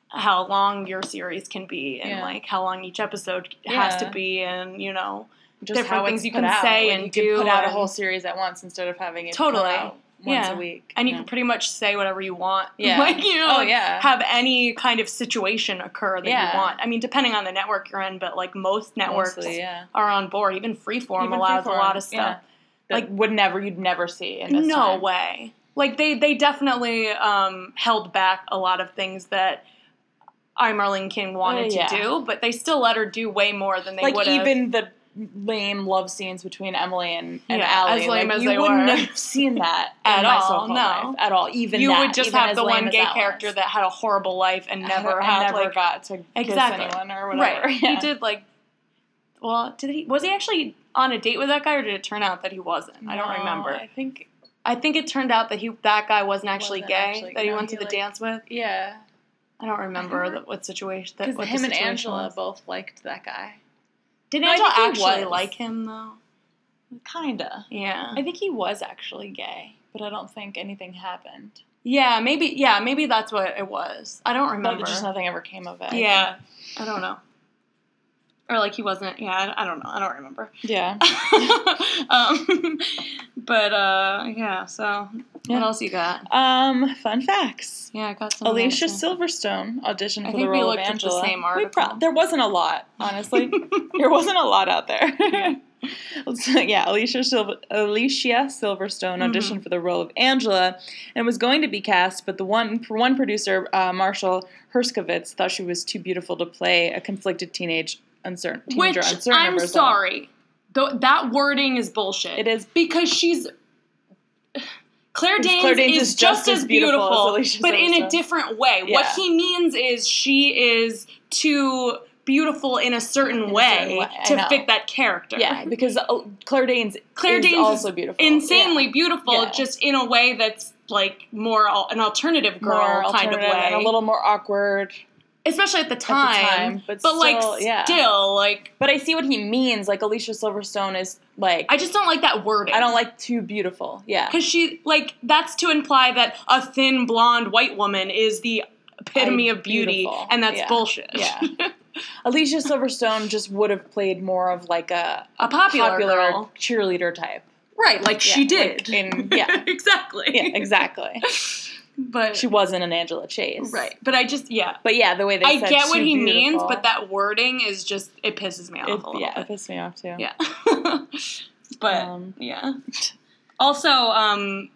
Speaker 3: how long your series can be and
Speaker 2: Yeah.
Speaker 3: like how long each episode has to
Speaker 2: Yeah.
Speaker 3: be and you know
Speaker 2: just
Speaker 3: Different
Speaker 2: how
Speaker 3: things
Speaker 2: it's
Speaker 3: you
Speaker 2: put
Speaker 3: can
Speaker 2: out.
Speaker 3: say
Speaker 2: Like,
Speaker 3: and
Speaker 2: you can
Speaker 3: do
Speaker 2: put out a
Speaker 3: and-
Speaker 2: whole series at once instead of having it put
Speaker 3: Totally.
Speaker 2: out once
Speaker 3: Yeah.
Speaker 2: a week.
Speaker 3: And you
Speaker 2: know?
Speaker 3: can pretty much say whatever you want.
Speaker 2: Yeah.
Speaker 3: Like, you know,
Speaker 2: Oh,
Speaker 3: like,
Speaker 2: yeah.
Speaker 3: have any kind of situation occur that
Speaker 2: Yeah.
Speaker 3: you want. I mean, depending on the network you're in, but like most networks
Speaker 2: Mostly, yeah.
Speaker 3: are on board. Even Freeform
Speaker 2: Even
Speaker 3: allows a
Speaker 2: freeform,
Speaker 3: lot of stuff.
Speaker 2: yeah. That
Speaker 3: Like-
Speaker 2: would never you'd never see in this
Speaker 3: no
Speaker 2: time.
Speaker 3: way. Like they they definitely um, held back a lot of things that I Marlene King wanted
Speaker 2: yeah.
Speaker 3: to do, but they still let her do way more than they
Speaker 2: like
Speaker 3: would have.
Speaker 2: even the lame love scenes between Emily and, and
Speaker 3: Yeah,
Speaker 2: Allie.
Speaker 3: as lame
Speaker 2: like,
Speaker 3: as
Speaker 2: you
Speaker 3: they
Speaker 2: wouldn't
Speaker 3: were.
Speaker 2: have seen that
Speaker 3: At
Speaker 2: in my
Speaker 3: all,
Speaker 2: so-called
Speaker 3: no.
Speaker 2: life at all. Even
Speaker 3: you
Speaker 2: that,
Speaker 3: would just
Speaker 2: even
Speaker 3: have
Speaker 2: as
Speaker 3: the
Speaker 2: lame
Speaker 3: one
Speaker 2: as
Speaker 3: gay
Speaker 2: that
Speaker 3: character
Speaker 2: was.
Speaker 3: that had a horrible life and never
Speaker 2: And
Speaker 3: had
Speaker 2: never
Speaker 3: like
Speaker 2: got to
Speaker 3: Exactly.
Speaker 2: kiss anyone or whatever.
Speaker 3: Right.
Speaker 2: Yeah.
Speaker 3: He did like well, did he was he actually on a date with that guy or did it turn out that he wasn't? I don't
Speaker 2: No,
Speaker 3: remember.
Speaker 2: I think
Speaker 3: I think it turned out that he that guy wasn't actually
Speaker 2: Wasn't
Speaker 3: gay
Speaker 2: actually-
Speaker 3: that he
Speaker 2: no,
Speaker 3: went
Speaker 2: he,
Speaker 3: to the
Speaker 2: like-
Speaker 3: dance with.
Speaker 2: yeah,
Speaker 3: I don't remember
Speaker 2: remember-
Speaker 3: the, what situation that
Speaker 2: because
Speaker 3: what
Speaker 2: him
Speaker 3: the
Speaker 2: and
Speaker 3: situation
Speaker 2: Angela
Speaker 3: was.
Speaker 2: both liked that guy.
Speaker 3: Did
Speaker 2: No, I
Speaker 3: Angela
Speaker 2: think he
Speaker 3: actually
Speaker 2: was.
Speaker 3: like him though?
Speaker 2: Kinda.
Speaker 3: Yeah.
Speaker 2: I think he was actually gay, but I don't think anything happened.
Speaker 3: yeah, maybe yeah, maybe that's what it was. I don't
Speaker 2: No,
Speaker 3: remember.
Speaker 2: just nothing ever came of it. I
Speaker 3: yeah. I don't know. Or like he wasn't yeah, I, I don't know. I don't remember.
Speaker 2: think. Yeah.
Speaker 3: um, but uh yeah, so
Speaker 2: Yeah.
Speaker 3: what else you got?
Speaker 2: Um, fun facts.
Speaker 3: Oh, Yeah, I got some.
Speaker 2: Alicia Silverstone auditioned
Speaker 3: I
Speaker 2: for the
Speaker 3: think we
Speaker 2: role of
Speaker 3: looked at the
Speaker 2: Angela.
Speaker 3: same
Speaker 2: We
Speaker 3: article.
Speaker 2: there wasn't a lot, honestly. there wasn't a lot out there. So, yeah, Alicia, Silv- Alicia Silverstone
Speaker 3: Mhm.
Speaker 2: auditioned for the role of Angela and was going to be cast, but the one one producer, uh, Marshall Herskovitz, thought she was too beautiful to play a conflicted teenage uncertain
Speaker 3: Which
Speaker 2: teenager uncertain of
Speaker 3: I'm
Speaker 2: herself.
Speaker 3: sorry, Tho- that wording is bullshit.
Speaker 2: It is.
Speaker 3: because she's Claire
Speaker 2: Because
Speaker 3: Danes,
Speaker 2: Claire Danes
Speaker 3: is, just as beautiful,
Speaker 2: as Alicia
Speaker 3: but in
Speaker 2: Silverstone.
Speaker 3: a different way.
Speaker 2: Yeah.
Speaker 3: What he means is she is too beautiful in a certain,
Speaker 2: In a
Speaker 3: way,
Speaker 2: certain way, I know.
Speaker 3: to fit that character.
Speaker 2: Yeah, because uh, Claire Danes
Speaker 3: Claire
Speaker 2: is
Speaker 3: Danes is
Speaker 2: also beautiful.
Speaker 3: insanely
Speaker 2: Yeah.
Speaker 3: beautiful,
Speaker 2: Yeah.
Speaker 3: just in a way that's like more al- an alternative girl
Speaker 2: More
Speaker 3: kind of
Speaker 2: alternative
Speaker 3: way,
Speaker 2: and a little more awkward.
Speaker 3: especially at the
Speaker 2: the
Speaker 3: time.
Speaker 2: time, but
Speaker 3: but like
Speaker 2: still, yeah.
Speaker 3: still, like
Speaker 2: But I see what he means. Like Alicia Silverstone is like
Speaker 3: I just don't like that wording.
Speaker 2: I don't like too beautiful. Yeah.
Speaker 3: because she like that's to imply that a thin blonde white woman is the epitome
Speaker 2: I-
Speaker 3: of beauty,
Speaker 2: beautiful.
Speaker 3: and that's
Speaker 2: Yeah.
Speaker 3: bullshit.
Speaker 2: Yeah. Alicia Silverstone just would have played more of like a
Speaker 3: a popular, girl,
Speaker 2: cheerleader type.
Speaker 3: right? Like she
Speaker 2: Yeah,
Speaker 3: did.
Speaker 2: like in- yeah.
Speaker 3: exactly.
Speaker 2: Yeah, exactly.
Speaker 3: But
Speaker 2: She wasn't an Angela Chase.
Speaker 3: right. But I just yeah.
Speaker 2: But yeah, the way they
Speaker 3: I
Speaker 2: said
Speaker 3: get what
Speaker 2: too
Speaker 3: he means,
Speaker 2: beautiful,
Speaker 3: but that wording is just it pisses me off
Speaker 2: it,
Speaker 3: a little
Speaker 2: yeah, it
Speaker 3: bit.
Speaker 2: pissed me off too.
Speaker 3: Yeah. but
Speaker 2: Um,
Speaker 3: yeah. Also, um,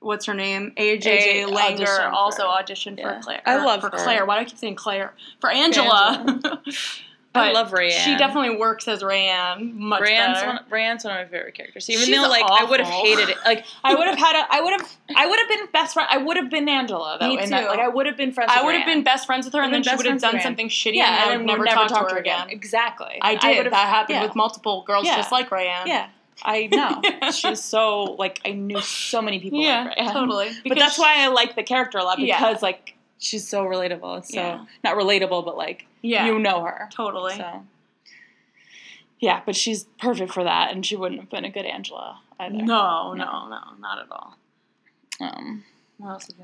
Speaker 3: what's her name? AJ,
Speaker 2: AJ
Speaker 3: Langer
Speaker 2: auditioned for-
Speaker 3: also auditioned
Speaker 2: yeah.
Speaker 3: for Claire.
Speaker 2: I love
Speaker 3: for
Speaker 2: her.
Speaker 3: Claire. Why do I keep saying Claire? For Angela.
Speaker 2: I love Rayanne.
Speaker 3: She definitely works as Rayanne much
Speaker 2: Rayanne's
Speaker 3: better.
Speaker 2: one, Rayanne's one of my favorite characters. Even
Speaker 3: She's
Speaker 2: though, like, I would have
Speaker 3: awful.
Speaker 2: hated it. Like, I would have had a, I would have, I would have been best friend. I would have been Angela though.
Speaker 3: Me
Speaker 2: in that-
Speaker 3: too.
Speaker 2: like, I would have been friends.
Speaker 3: I
Speaker 2: with
Speaker 3: would have
Speaker 2: Rayanne.
Speaker 3: been best friends with her, and
Speaker 2: Would've
Speaker 3: then she
Speaker 2: been best
Speaker 3: would have
Speaker 2: friends with
Speaker 3: done
Speaker 2: Rayanne.
Speaker 3: something shitty,
Speaker 2: Yeah,
Speaker 3: and I would never, talk to her again.
Speaker 2: Exactly.
Speaker 3: I did.
Speaker 2: would've-
Speaker 3: that happened
Speaker 2: yeah.
Speaker 3: with multiple girls
Speaker 2: Yeah.
Speaker 3: just like Rayanne.
Speaker 2: Yeah, I know. She's so like I knew so many people.
Speaker 3: Yeah,
Speaker 2: like Rayanne.
Speaker 3: totally.
Speaker 2: But that's
Speaker 3: she-
Speaker 2: why I like the character a lot
Speaker 3: Yeah.
Speaker 2: because like she's so relatable. and So
Speaker 3: Yeah.
Speaker 2: not relatable, but like
Speaker 3: yeah,
Speaker 2: you know her.
Speaker 3: totally.
Speaker 2: So yeah, but she's perfect for that, and she wouldn't have been a good Angela either.
Speaker 3: No, no, no, not at all.
Speaker 2: Um,
Speaker 3: What else you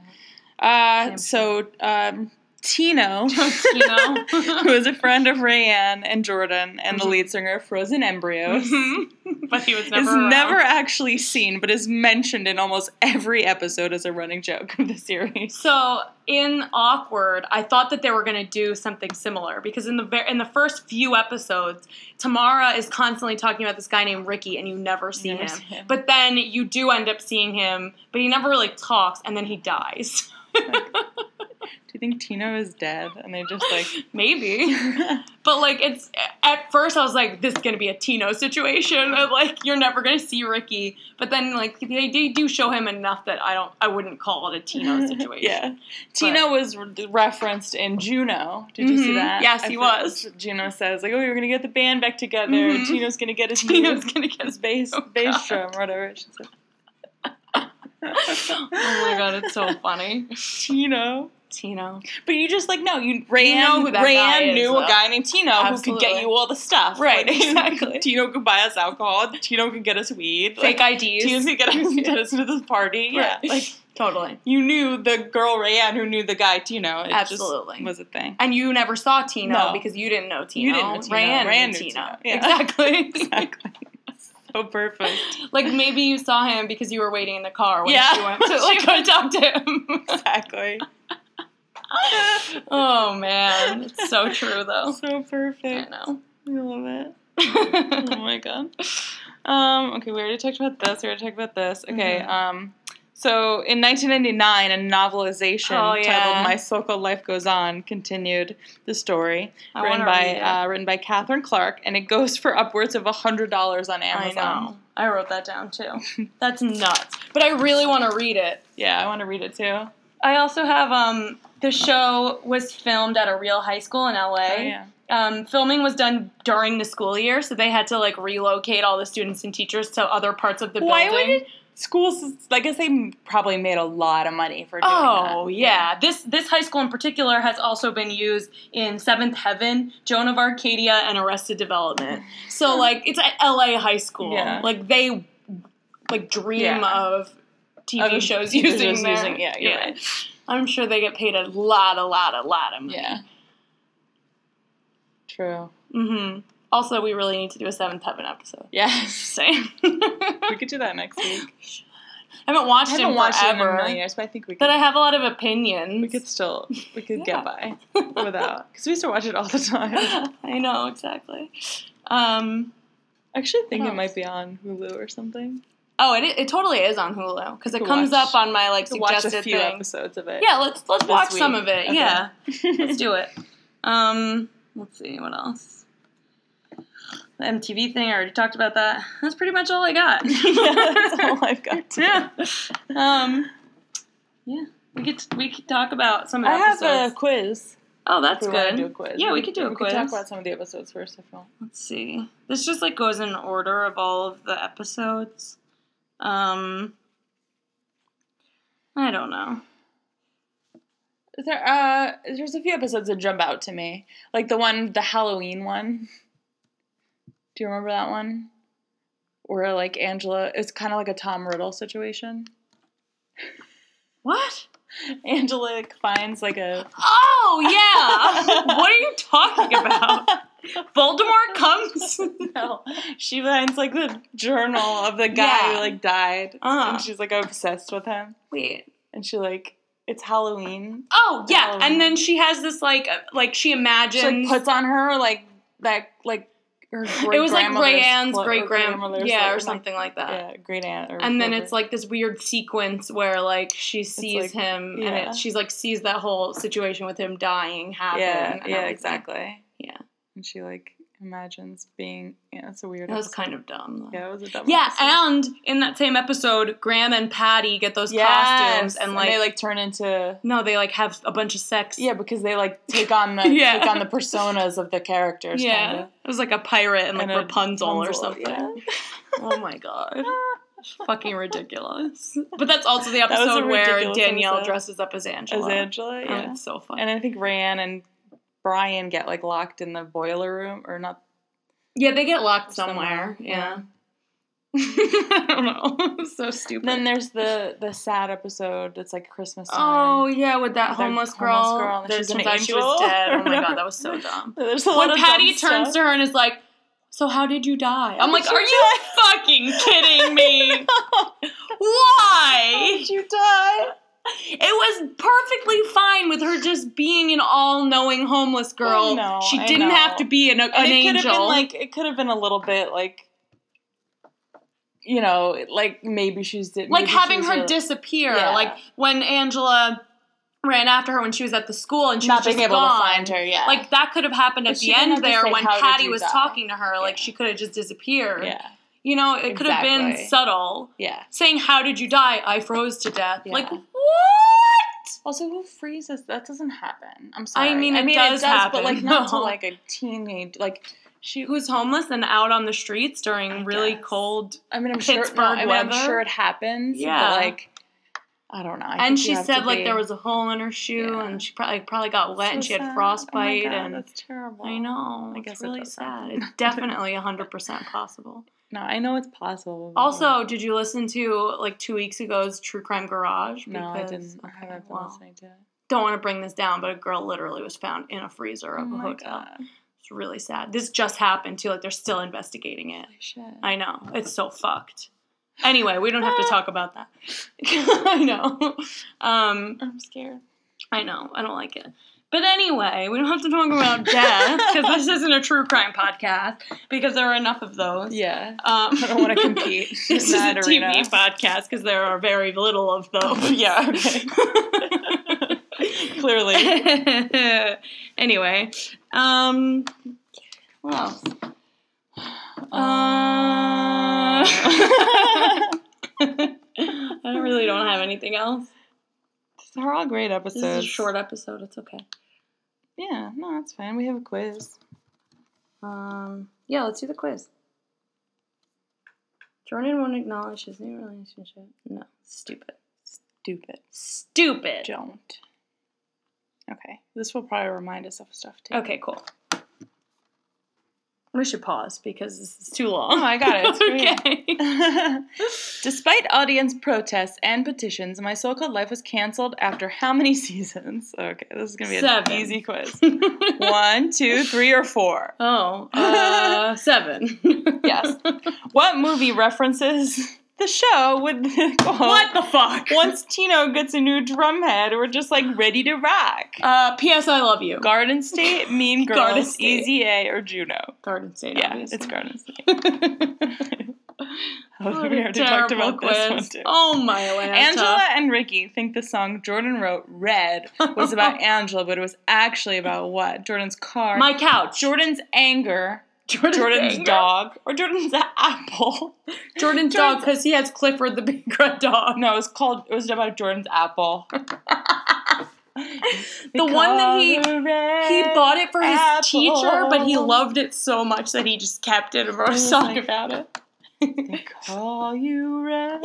Speaker 3: got?
Speaker 2: uh,
Speaker 3: Same.
Speaker 2: so um, Tino.
Speaker 3: you know?
Speaker 2: Who is a friend of Rayanne and Jordan and the
Speaker 3: Mhm.
Speaker 2: lead singer of Frozen Embryos?
Speaker 3: Mhm. but he was never.
Speaker 2: is
Speaker 3: around.
Speaker 2: Mm-hmm. never actually seen, but is mentioned in almost every episode as a running joke of the series.
Speaker 3: So in Awkward, I thought that they were going to do something similar because in the ver- in the first few episodes, Tamara is constantly talking about this guy named Ricky, and you never see
Speaker 2: never
Speaker 3: him.
Speaker 2: see him.
Speaker 3: But then you do end up seeing him, but he never really talks, and then he dies.
Speaker 2: Do you think Tino is dead? And they just like,
Speaker 3: Maybe, but like it's at first I was like, this is going to be a Tino situation. of, like you're never going to see Ricky, but then like they, they do show him enough that I don't I wouldn't call it a Tino situation.
Speaker 2: yeah. Tino was re- referenced in Juno. Did you see
Speaker 3: Mhm.
Speaker 2: that?
Speaker 3: Yes,
Speaker 2: I
Speaker 3: he
Speaker 2: thought
Speaker 3: was.
Speaker 2: Juno says like, "Oh, we were gonna get the band back together.
Speaker 3: Mhm.
Speaker 2: Tino's gonna get his
Speaker 3: Tino's
Speaker 2: new-
Speaker 3: going to get
Speaker 2: his bass
Speaker 3: Oh, God.
Speaker 2: bass drum or whatever." She said.
Speaker 3: oh my god, it's so funny.
Speaker 2: Tino.
Speaker 3: Tino.
Speaker 2: But you just like no, you Rayanne,
Speaker 3: know who that guy
Speaker 2: Rayanne
Speaker 3: is,
Speaker 2: knew a
Speaker 3: though.
Speaker 2: guy named Tino who could get
Speaker 3: Absolutely.
Speaker 2: you all the stuff.
Speaker 3: Right,
Speaker 2: Like,
Speaker 3: exactly.
Speaker 2: Tino could buy us alcohol. Tino could get us weed.
Speaker 3: Fake
Speaker 2: like,
Speaker 3: IDs.
Speaker 2: Tino could get us, get us into this party.
Speaker 3: Right.
Speaker 2: Yeah, like
Speaker 3: Totally.
Speaker 2: you knew the girl Rayanne who knew the guy Tino. It
Speaker 3: Absolutely.
Speaker 2: just was a thing.
Speaker 3: And you never saw Tino
Speaker 2: No.
Speaker 3: because you didn't know Tino.
Speaker 2: You didn't know Tino.
Speaker 3: Rayanne
Speaker 2: Rayanne
Speaker 3: knew
Speaker 2: knew
Speaker 3: Tino.
Speaker 2: Tino. Yeah.
Speaker 3: Exactly.
Speaker 2: Exactly. so perfect.
Speaker 3: Like maybe you saw him because you were waiting in the car when
Speaker 2: Yeah.
Speaker 3: she went to like go talk to him.
Speaker 2: Exactly.
Speaker 3: oh man, it's so true though.
Speaker 2: So
Speaker 3: I
Speaker 2: perfect.
Speaker 3: know.
Speaker 2: I love it. oh my god. Um, okay, we already talked about this. We already talked about this. Okay.
Speaker 3: Mhm.
Speaker 2: Um, so in 1999, a novelization
Speaker 3: Oh, yeah.
Speaker 2: titled "My So-Called Life Goes On" continued the story,
Speaker 3: I
Speaker 2: written
Speaker 3: wanna
Speaker 2: by
Speaker 3: read it.
Speaker 2: uh, written by Catherine Clark, and it goes for upwards of hundred dollars on Amazon.
Speaker 3: I know. I wrote that down too. That's nuts. But I really want to read it.
Speaker 2: Yeah, I want to read it too.
Speaker 3: I also have um the show was filmed at a real high school in LA.
Speaker 2: Oh, yeah.
Speaker 3: Um, filming was done during the school year, so they had to like relocate all the students and teachers to other parts of the
Speaker 2: Why
Speaker 3: building.
Speaker 2: would it, schools? I guess they m- probably made a lot of money for doing
Speaker 3: Oh
Speaker 2: that.
Speaker 3: yeah. this this high school in particular has also been used in Seventh Heaven, Joan of Arcadia, and Arrested Development. So like it's at LA high school.
Speaker 2: Yeah.
Speaker 3: Like they like dream
Speaker 2: Yeah.
Speaker 3: of TV
Speaker 2: Of
Speaker 3: shows
Speaker 2: TV
Speaker 3: using
Speaker 2: shows
Speaker 3: their-
Speaker 2: using- yeah, you're right.
Speaker 3: I'm sure they get paid a lot, a lot, a lot of money.
Speaker 2: Yeah. True.
Speaker 3: hmm Also, we really need to do a Seventh Heaven episode.
Speaker 2: Yes.
Speaker 3: Same. I
Speaker 2: we could do that next week.
Speaker 3: haven't watched
Speaker 2: I haven't
Speaker 3: him
Speaker 2: watched it in a
Speaker 3: forever,
Speaker 2: million years, but I think we could.
Speaker 3: but I have a lot of opinions.
Speaker 2: we could still we could
Speaker 3: Yeah.
Speaker 2: get by without because we used to watch it all the time.
Speaker 3: I know exactly. Um,
Speaker 2: I actually think it
Speaker 3: What
Speaker 2: might be on Hulu or something.
Speaker 3: oh, it, it totally is on Hulu because it
Speaker 2: could
Speaker 3: comes
Speaker 2: watch-
Speaker 3: up on my like
Speaker 2: To watch
Speaker 3: suggested
Speaker 2: a few
Speaker 3: things.
Speaker 2: episodes of it.
Speaker 3: Yeah, let's let's
Speaker 2: this
Speaker 3: watch some
Speaker 2: week.
Speaker 3: of it.
Speaker 2: Okay.
Speaker 3: Yeah, let's do it. Um, let's see what else. The MTV thing, I already talked about that. That's pretty much all I got.
Speaker 2: Yeah, that's all I've got. to
Speaker 3: yeah.
Speaker 2: do.
Speaker 3: Um, yeah, we could we could talk about some of the
Speaker 2: I have a
Speaker 3: episodes.
Speaker 2: quiz.
Speaker 3: oh,
Speaker 2: if
Speaker 3: that's
Speaker 2: we wanna
Speaker 3: good.
Speaker 2: Do a quiz.
Speaker 3: Yeah, we could do a quiz.
Speaker 2: We could talk about some of the episodes first if you want.
Speaker 3: Let's see. This just like goes in order of all of the episodes. Um, I don't know.
Speaker 2: There, uh, there's a few episodes that jump out to me, like the one, the Halloween one. Do you remember that one? Where like Angela, it's kind of like a Tom Riddle situation.
Speaker 3: What?
Speaker 2: Angela like, finds like a
Speaker 3: Oh yeah. what are you talking about? Voldemort comes.
Speaker 2: no, she finds like the journal of the guy
Speaker 3: Yeah.
Speaker 2: who like died,
Speaker 3: Uh-huh.
Speaker 2: and she's like obsessed with him,
Speaker 3: Wait.
Speaker 2: and she like it's Halloween.
Speaker 3: Oh yeah,
Speaker 2: Um,
Speaker 3: and then she has this like uh, like she imagines.
Speaker 2: She like puts on her like that like her.
Speaker 3: it was like Gray
Speaker 2: great-grandmother's
Speaker 3: Ann's
Speaker 2: clo- or
Speaker 3: great grand,
Speaker 2: grandmother's,
Speaker 3: yeah,
Speaker 2: like,
Speaker 3: or
Speaker 2: like,
Speaker 3: something like that.
Speaker 2: Yeah, great aunt. Or
Speaker 3: and then
Speaker 2: whatever.
Speaker 3: it's like this weird sequence where like she sees
Speaker 2: like-
Speaker 3: him and
Speaker 2: yeah.
Speaker 3: it, she's like sees that whole situation with him dying happen.
Speaker 2: yeah,
Speaker 3: and
Speaker 2: yeah,
Speaker 3: everything.
Speaker 2: exactly.
Speaker 3: Yeah.
Speaker 2: And she like imagines being yeah, it's a weird.
Speaker 3: That was
Speaker 2: episode.
Speaker 3: kind of dumb. though.
Speaker 2: yeah, it was a dumb.
Speaker 3: Yeah,
Speaker 2: episode.
Speaker 3: and in that same episode, Graham and Patty get those costumes
Speaker 2: Yes,
Speaker 3: and like,
Speaker 2: they like turn into
Speaker 3: no, they like have a bunch of sex.
Speaker 2: yeah because they like take on the
Speaker 3: Yeah.
Speaker 2: take on the personas of the characters.
Speaker 3: yeah.
Speaker 2: Kind of.
Speaker 3: It was like a pirate and like
Speaker 2: And a
Speaker 3: Rapunzel, or
Speaker 2: Rapunzel,
Speaker 3: something.
Speaker 2: yeah.
Speaker 3: oh my god. Fucking ridiculous. But that's also the
Speaker 2: was a
Speaker 3: episode where
Speaker 2: ridiculous
Speaker 3: Danielle
Speaker 2: episode.
Speaker 3: dresses up as
Speaker 2: As
Speaker 3: Angela.
Speaker 2: Angela,
Speaker 3: Oh,
Speaker 2: yeah.
Speaker 3: it's so funny.
Speaker 2: And I think Rayanne and Brian get like locked in the boiler room or not.
Speaker 3: Yeah, they get locked somewhere.
Speaker 2: Somewhere,
Speaker 3: Yeah. I don't know. so stupid.
Speaker 2: Then there's the the sad episode. It's like Christmas. time.
Speaker 3: oh yeah, with that
Speaker 2: The
Speaker 3: homeless
Speaker 2: homeless
Speaker 3: girl.
Speaker 2: girl, and
Speaker 3: that
Speaker 2: she's an
Speaker 3: turns out she was
Speaker 2: angel.
Speaker 3: dead. Oh my god, that was so dumb.
Speaker 2: There's a lot
Speaker 3: Oh, When
Speaker 2: of dumb
Speaker 3: Patty turns
Speaker 2: stuff.
Speaker 3: to her and is like, "So how did you die?" I'm like,
Speaker 2: Did you
Speaker 3: "Are you fucking kidding me? Why?"
Speaker 2: Did you die?
Speaker 3: It was perfectly fine with her just being an all-knowing homeless girl.
Speaker 2: I know,
Speaker 3: she
Speaker 2: I
Speaker 3: didn't have
Speaker 2: know.
Speaker 3: to be an, an
Speaker 2: And it
Speaker 3: angel.
Speaker 2: could have been like it could have been a little bit like you know like maybe she's did
Speaker 3: like
Speaker 2: maybe
Speaker 3: having
Speaker 2: she's
Speaker 3: her
Speaker 2: a-
Speaker 3: disappear.
Speaker 2: Yeah.
Speaker 3: Like when Angela ran after her when she was at the school and she
Speaker 2: not
Speaker 3: was
Speaker 2: being
Speaker 3: just
Speaker 2: able
Speaker 3: gone.
Speaker 2: to find her yeah
Speaker 3: Like that could have happened at
Speaker 2: But she
Speaker 3: the
Speaker 2: didn't
Speaker 3: end
Speaker 2: have to
Speaker 3: there
Speaker 2: say,
Speaker 3: when
Speaker 2: "How did
Speaker 3: Patty
Speaker 2: you
Speaker 3: was
Speaker 2: die?"
Speaker 3: talking to her. Like
Speaker 2: Yeah.
Speaker 3: she could have just disappeared.
Speaker 2: yeah
Speaker 3: You know, it could have been
Speaker 2: Exactly.
Speaker 3: subtle.
Speaker 2: yeah
Speaker 3: Saying, How did you die? I froze to death.
Speaker 2: Yeah.
Speaker 3: Like, what?
Speaker 2: also who freezes that doesn't happen i'm sorry
Speaker 3: mean, it does happen,
Speaker 2: but like not to
Speaker 3: though.
Speaker 2: like a teenage like she
Speaker 3: Who's homeless and out on the streets during really
Speaker 2: guess.
Speaker 3: cold.
Speaker 2: i mean i'm sure no,
Speaker 3: Pittsburgh
Speaker 2: i mean i'm
Speaker 3: weather?
Speaker 2: sure it happens
Speaker 3: Yeah.
Speaker 2: but like i don't know I
Speaker 3: and
Speaker 2: think you
Speaker 3: she
Speaker 2: have
Speaker 3: said,
Speaker 2: to
Speaker 3: like,
Speaker 2: be-
Speaker 3: there was a hole in her shoe
Speaker 2: Yeah.
Speaker 3: and she probably probably got wet
Speaker 2: So
Speaker 3: and she
Speaker 2: sad. Oh
Speaker 3: had
Speaker 2: my
Speaker 3: frostbite
Speaker 2: God,
Speaker 3: and
Speaker 2: that's terrible
Speaker 3: I know.
Speaker 2: I
Speaker 3: it's
Speaker 2: guess it
Speaker 3: really
Speaker 2: does
Speaker 3: sad.
Speaker 2: happen.
Speaker 3: It's definitely 100% possible.
Speaker 2: no i know it's possible but-
Speaker 3: Also, did you listen to like two weeks ago's True Crime Garage?
Speaker 2: no i
Speaker 3: Because-
Speaker 2: didn't i
Speaker 3: okay,
Speaker 2: haven't been
Speaker 3: well,
Speaker 2: listening to it
Speaker 3: Don't want to bring this down, but a girl literally was found in a freezer of
Speaker 2: Oh
Speaker 3: a
Speaker 2: my
Speaker 3: hotel.
Speaker 2: God.
Speaker 3: It's really sad. This just happened too. Like they're still investigating it.
Speaker 2: Holy shit.
Speaker 3: I know. It's so fucked. Anyway, we don't have to talk about that. I know. Um,
Speaker 2: I'm scared.
Speaker 3: I know. I don't like it. But anyway, we don't have to talk about death because this isn't a true crime podcast because there are enough of those.
Speaker 2: Yeah.
Speaker 3: Um,
Speaker 2: I don't want to compete.
Speaker 3: this is
Speaker 2: in
Speaker 3: a
Speaker 2: that arena.
Speaker 3: TV podcast because there are very little of those.
Speaker 2: Yeah, Clearly.
Speaker 3: anyway, um, what else? Uh, I really don't have anything else.
Speaker 2: They're all great episodes.
Speaker 3: This is a short episode. It's okay.
Speaker 2: Yeah, no, that's fine. We have a quiz.
Speaker 3: Um, yeah, let's do the quiz. Jordan won't acknowledge his new relationship. No, stupid.
Speaker 2: Stupid.
Speaker 3: Stupid.
Speaker 2: Don't. Okay. This will probably remind us of stuff too.
Speaker 3: Okay, cool. We should pause because this is too long.
Speaker 2: Oh, I got it. It's great.
Speaker 3: okay.
Speaker 2: Despite audience protests and petitions, my so called life was canceled after how many seasons? Okay, this is going to be
Speaker 3: Seven.
Speaker 2: an easy quiz. One, two, three, or four.
Speaker 3: oh, uh, seven.
Speaker 2: Yes. What movie references the show with the quote,
Speaker 3: What the fuck?
Speaker 2: Once Tino gets a new drumhead, we're just like ready to rock.
Speaker 3: Uh, P.S. I love you.
Speaker 2: Garden State, Mean Girls,
Speaker 3: Garden State.
Speaker 2: Easy A, or Juno.
Speaker 3: Garden State.
Speaker 2: Yeah,
Speaker 3: obviously.
Speaker 2: it's Garden State. Oh, we
Speaker 3: What a
Speaker 2: already talked
Speaker 3: terrible
Speaker 2: about this one
Speaker 3: quiz.
Speaker 2: too.
Speaker 3: Oh my Atlanta.
Speaker 2: Angela and Ricky think the song Jordan wrote "Red" was about Angela, but it was actually about what? Jordan's car,
Speaker 3: My couch.
Speaker 2: Jordan's anger,
Speaker 3: Jordan's,
Speaker 2: Jordan's
Speaker 3: anger.
Speaker 2: dog, or Jordan's apple.
Speaker 3: Jordan's dog because he has Clifford the big red dog.
Speaker 2: No, it was called. It was about Jordan's apple.
Speaker 3: The one that he- He bought it for his
Speaker 2: Apple.
Speaker 3: teacher, but he loved it so much that he just kept it and wrote a song about it.
Speaker 2: They call you red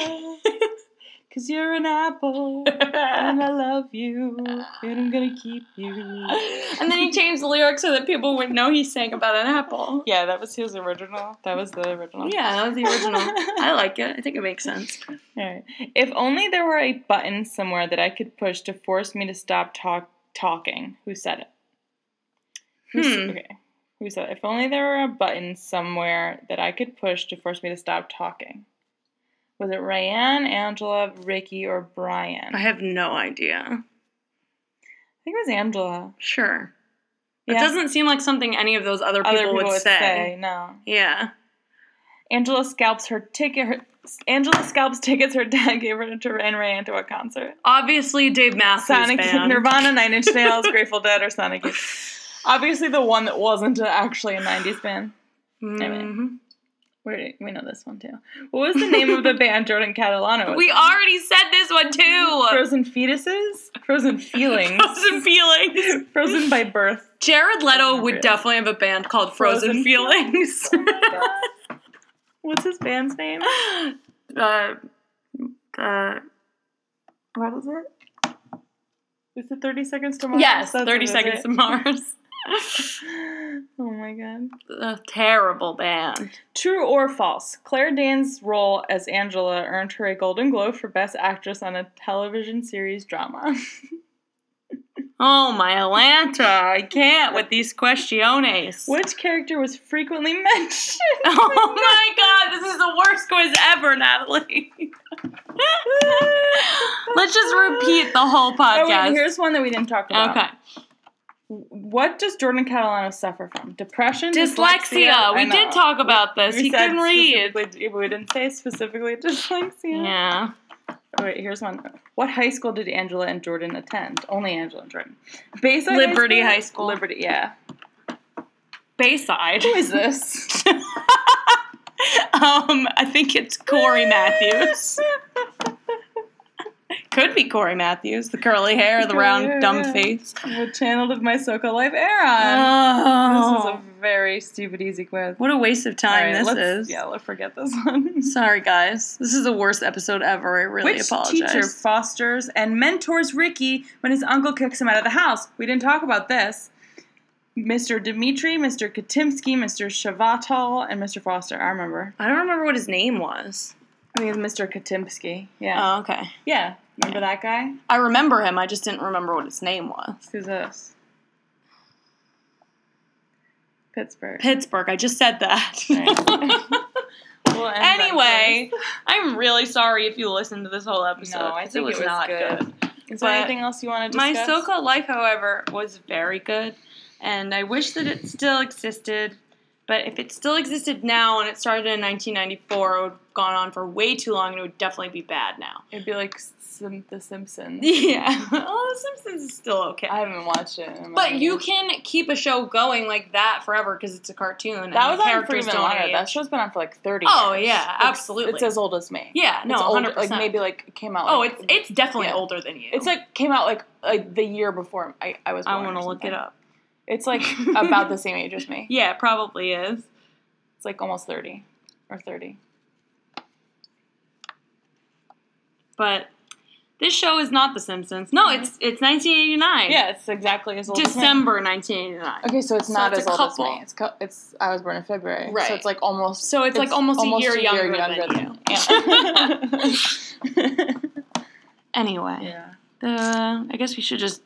Speaker 2: because you're an apple, and I love you, and I'm gonna keep you.
Speaker 3: and then he changed the lyrics so that people would know he sang about an apple.
Speaker 2: Yeah, that was his original. That was the original.
Speaker 3: Yeah, that was the original. I like it. I think it makes sense.
Speaker 2: Alright. If only there were a button somewhere that I could push to force me to stop talk- talking. Who said it? Who s-
Speaker 3: Hmm.
Speaker 2: Okay. Who said it? If only there were a button somewhere that I could push to force me to stop talking. Was it Rayanne, Angela, Ricky, or Brian?
Speaker 3: I
Speaker 2: I
Speaker 3: have no idea.
Speaker 2: think it was Angela.
Speaker 3: Sure. It
Speaker 2: Yeah.
Speaker 3: doesn't seem like something any of those other people,
Speaker 2: Other people
Speaker 3: would, say.
Speaker 2: no.
Speaker 3: Yeah.
Speaker 2: Angela scalps her ticket. Her, Angela scalps tickets her dad gave her to Ran Rayanne to a concert.
Speaker 3: Obviously, Dave Matthews
Speaker 2: Sonic Youth,
Speaker 3: band.
Speaker 2: Nirvana, Nine Inch Nails, Grateful Dead, or Sonic Youth. Obviously, the one that wasn't actually a '90s band.
Speaker 3: Mhm.
Speaker 2: We're, we know this one too. What was the name of the band Jordan Catalano? was
Speaker 3: We
Speaker 2: in?
Speaker 3: already said this one too.
Speaker 2: Frozen fetuses, Frozen feelings,
Speaker 3: Frozen feelings.
Speaker 2: Frozen by birth.
Speaker 3: Jared Leto
Speaker 2: Really?
Speaker 3: would definitely have a band called Frozen,
Speaker 2: Frozen
Speaker 3: Feelings.
Speaker 2: What's his band's name?
Speaker 3: uh, uh, what is it?
Speaker 2: Is it Thirty Seconds to Mars?
Speaker 3: Yes,
Speaker 2: That's
Speaker 3: 30
Speaker 2: what it
Speaker 3: Seconds
Speaker 2: is.
Speaker 3: to Mars.
Speaker 2: Oh my god.
Speaker 3: a terrible band.
Speaker 2: True or false? Claire Danes' role as Angela earned her a Golden Globe for Best Actress on a television series drama.
Speaker 3: Oh, my Atlanta. I can't with these questiones.
Speaker 2: Which character was frequently mentioned?
Speaker 3: Oh my god, this is the worst quiz ever, Natalie. Let's just repeat the whole
Speaker 2: Oh, wait,
Speaker 3: podcast.
Speaker 2: here's one that we didn't talk about.
Speaker 3: okay.
Speaker 2: What does Jordan Catalano suffer from? Depression?
Speaker 3: Dyslexia.
Speaker 2: I
Speaker 3: We
Speaker 2: know.
Speaker 3: did talk about this.
Speaker 2: We
Speaker 3: he
Speaker 2: said
Speaker 3: couldn't read.
Speaker 2: specifically- We didn't say specifically dyslexia.
Speaker 3: Yeah.
Speaker 2: Oh, wait, here's one. What high school did Angela and Jordan attend? Only Angela and Jordan. Bayside
Speaker 3: Liberty High School.
Speaker 2: Liberty, yeah.
Speaker 3: Bayside.
Speaker 2: Who is this?
Speaker 3: um, I think it's Corey Matthews. Could be Corey Matthews. The curly hair, the
Speaker 2: Curly
Speaker 3: round,
Speaker 2: hair,
Speaker 3: dumb
Speaker 2: yeah.
Speaker 3: face. Um,
Speaker 2: what channel did my so-called life air on? This is
Speaker 3: Oh,
Speaker 2: a very stupid, easy quiz.
Speaker 3: what a waste of time
Speaker 2: All right,
Speaker 3: this
Speaker 2: let's-
Speaker 3: is.
Speaker 2: Yeah, let's forget this one.
Speaker 3: Sorry, guys. This is the worst episode ever. I really
Speaker 2: Which
Speaker 3: apologize.
Speaker 2: teacher fosters and mentors Ricky when his uncle kicks him out of the house? We didn't talk about this. Mr. Dimitri, Mr. Katimsky, Mr. Shavatal, and Mr. Foster. I remember.
Speaker 3: I don't remember what his name was.
Speaker 2: I think it's Mr. Katimsky. Yeah.
Speaker 3: Oh, okay.
Speaker 2: yeah. Remember that guy?
Speaker 3: I remember him. I just didn't remember what his name was.
Speaker 2: Who's this? Pittsburgh.
Speaker 3: Pittsburgh. I just said that.
Speaker 2: Right. We'll end that
Speaker 3: anyway, I'm really sorry if you listened to this whole
Speaker 2: first.
Speaker 3: episode.
Speaker 2: no, I
Speaker 3: 'cause
Speaker 2: think it was, good. Is there
Speaker 3: But
Speaker 2: anything else you want to
Speaker 3: My
Speaker 2: discuss?
Speaker 3: so-called life, however, was very good, and I wish that it still existed. But if it still existed now and it started in 1994, it would have gone on for way too long, and it would definitely be bad now.
Speaker 2: It'd be like Sim- The Simpsons.
Speaker 3: Yeah, well, The Simpsons is still okay.
Speaker 2: I haven't watched it. in my
Speaker 3: but you
Speaker 2: life.
Speaker 3: can keep a show going like that forever because it's a cartoon. and
Speaker 2: That was
Speaker 3: the
Speaker 2: on for
Speaker 3: characters
Speaker 2: even
Speaker 3: don't
Speaker 2: longer.
Speaker 3: age.
Speaker 2: That show's been on for like thirty.
Speaker 3: Oh,
Speaker 2: years.
Speaker 3: yeah,
Speaker 2: It's-
Speaker 3: absolutely.
Speaker 2: It's as old as me.
Speaker 3: yeah, no,
Speaker 2: it's old-
Speaker 3: 100.
Speaker 2: Like maybe like came out.
Speaker 3: oh,
Speaker 2: like-
Speaker 3: it's it's definitely
Speaker 2: yeah.
Speaker 3: older than you.
Speaker 2: it's like came out like like the year before I I was.
Speaker 3: I
Speaker 2: born or
Speaker 3: want to look
Speaker 2: something.
Speaker 3: it up.
Speaker 2: It's like about the same age as me.
Speaker 3: Yeah, it probably is.
Speaker 2: It's like almost thirty or thirty.
Speaker 3: But this show is not The Simpsons. No, it's it's 1989.
Speaker 2: Yeah, it's exactly as old. as me.
Speaker 3: December 1989.
Speaker 2: Okay, so it's
Speaker 3: So
Speaker 2: not
Speaker 3: it's a
Speaker 2: as old as me.
Speaker 3: couple.
Speaker 2: It's co- it's I was born in February,
Speaker 3: Right.
Speaker 2: So it's like almost.
Speaker 3: So it's, like almost, a year younger, than, you.
Speaker 2: than you.
Speaker 3: Anyway,
Speaker 2: Yeah. yeah.
Speaker 3: the, I guess we should just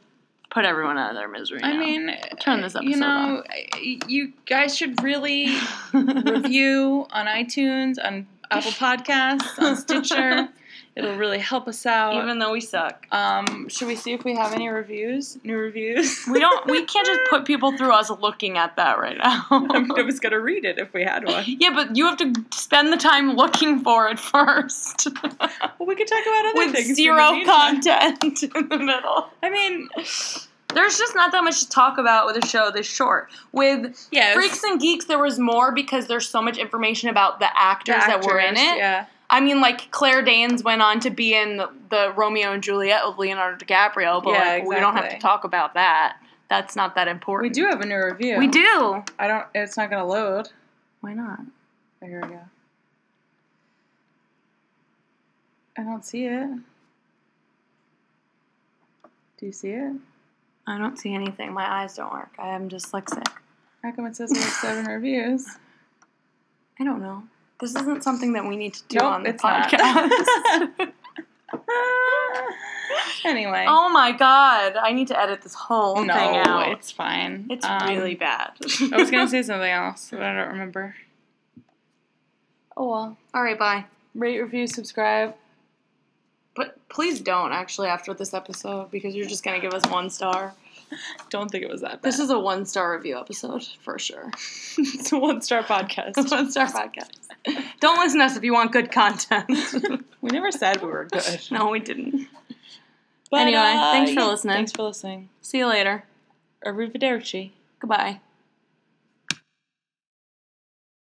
Speaker 3: put everyone out of their misery.
Speaker 4: I
Speaker 3: now.
Speaker 4: mean,
Speaker 3: turn this episode
Speaker 4: you know, y- you guys should really review on iTunes, on Apple Podcasts, on Stitcher. It'll really help us out.
Speaker 3: even though we suck,
Speaker 2: Um, should we see if we have any reviews? New reviews?
Speaker 3: we don't. We can't just put people through us looking at that right
Speaker 4: I mean, I
Speaker 3: now.
Speaker 4: was gonna read it if we had one.
Speaker 3: yeah, but you have to spend the time looking for it first,
Speaker 4: Well, we could talk about other
Speaker 3: with
Speaker 4: things. in the
Speaker 3: zero
Speaker 4: meantime.
Speaker 3: content in the middle.
Speaker 4: I mean,
Speaker 3: There's just not that much to talk about with a show this short. With
Speaker 4: yeah, it was-
Speaker 3: Freaks and Geeks, there was more because there's so much information about the
Speaker 4: the
Speaker 3: actors, that were in
Speaker 4: actors,
Speaker 3: it.
Speaker 4: Yeah.
Speaker 3: I mean, like Claire Danes went on to be in the, the Romeo and Juliet with Leonardo DiCaprio, but
Speaker 4: Yeah,
Speaker 3: like, we don't have to
Speaker 4: exactly.
Speaker 3: talk about that. That's not that
Speaker 4: We
Speaker 3: important.
Speaker 4: do have a new review.
Speaker 3: We do.
Speaker 4: I don't. It's not gonna load.
Speaker 3: Why not?
Speaker 4: Oh, here we go. I don't see it. Do you see it?
Speaker 3: I don't see anything. My eyes don't work. I am dyslexic.
Speaker 4: How come it says we have seven reviews?
Speaker 3: I don't know. This isn't something that we need to do
Speaker 4: Nope,
Speaker 3: on the
Speaker 4: it's not.
Speaker 3: podcast.
Speaker 4: anyway. Oh,
Speaker 3: oh my god! I need to edit this whole
Speaker 4: no,
Speaker 3: thing out.
Speaker 4: it's fine.
Speaker 3: It's
Speaker 4: Um,
Speaker 3: really bad.
Speaker 4: I was gonna say something else, but I don't remember.
Speaker 2: Oh well.
Speaker 3: All right, bye.
Speaker 2: Rate, review, subscribe.
Speaker 3: But please don't actually after this episode because you're just gonna give us one star.
Speaker 4: Don't think it was that bad.
Speaker 3: This is a one star review episode for sure.
Speaker 4: it's a one-star podcast.
Speaker 3: one star podcast. Don't listen to us if you want good content.
Speaker 4: We never said we were good.
Speaker 3: no, we didn't.
Speaker 4: But, uh,
Speaker 3: Anyway, thanks for
Speaker 4: yeah,
Speaker 3: listening.
Speaker 4: Thanks for listening.
Speaker 3: See you later.
Speaker 4: Arrivederci.
Speaker 3: Goodbye.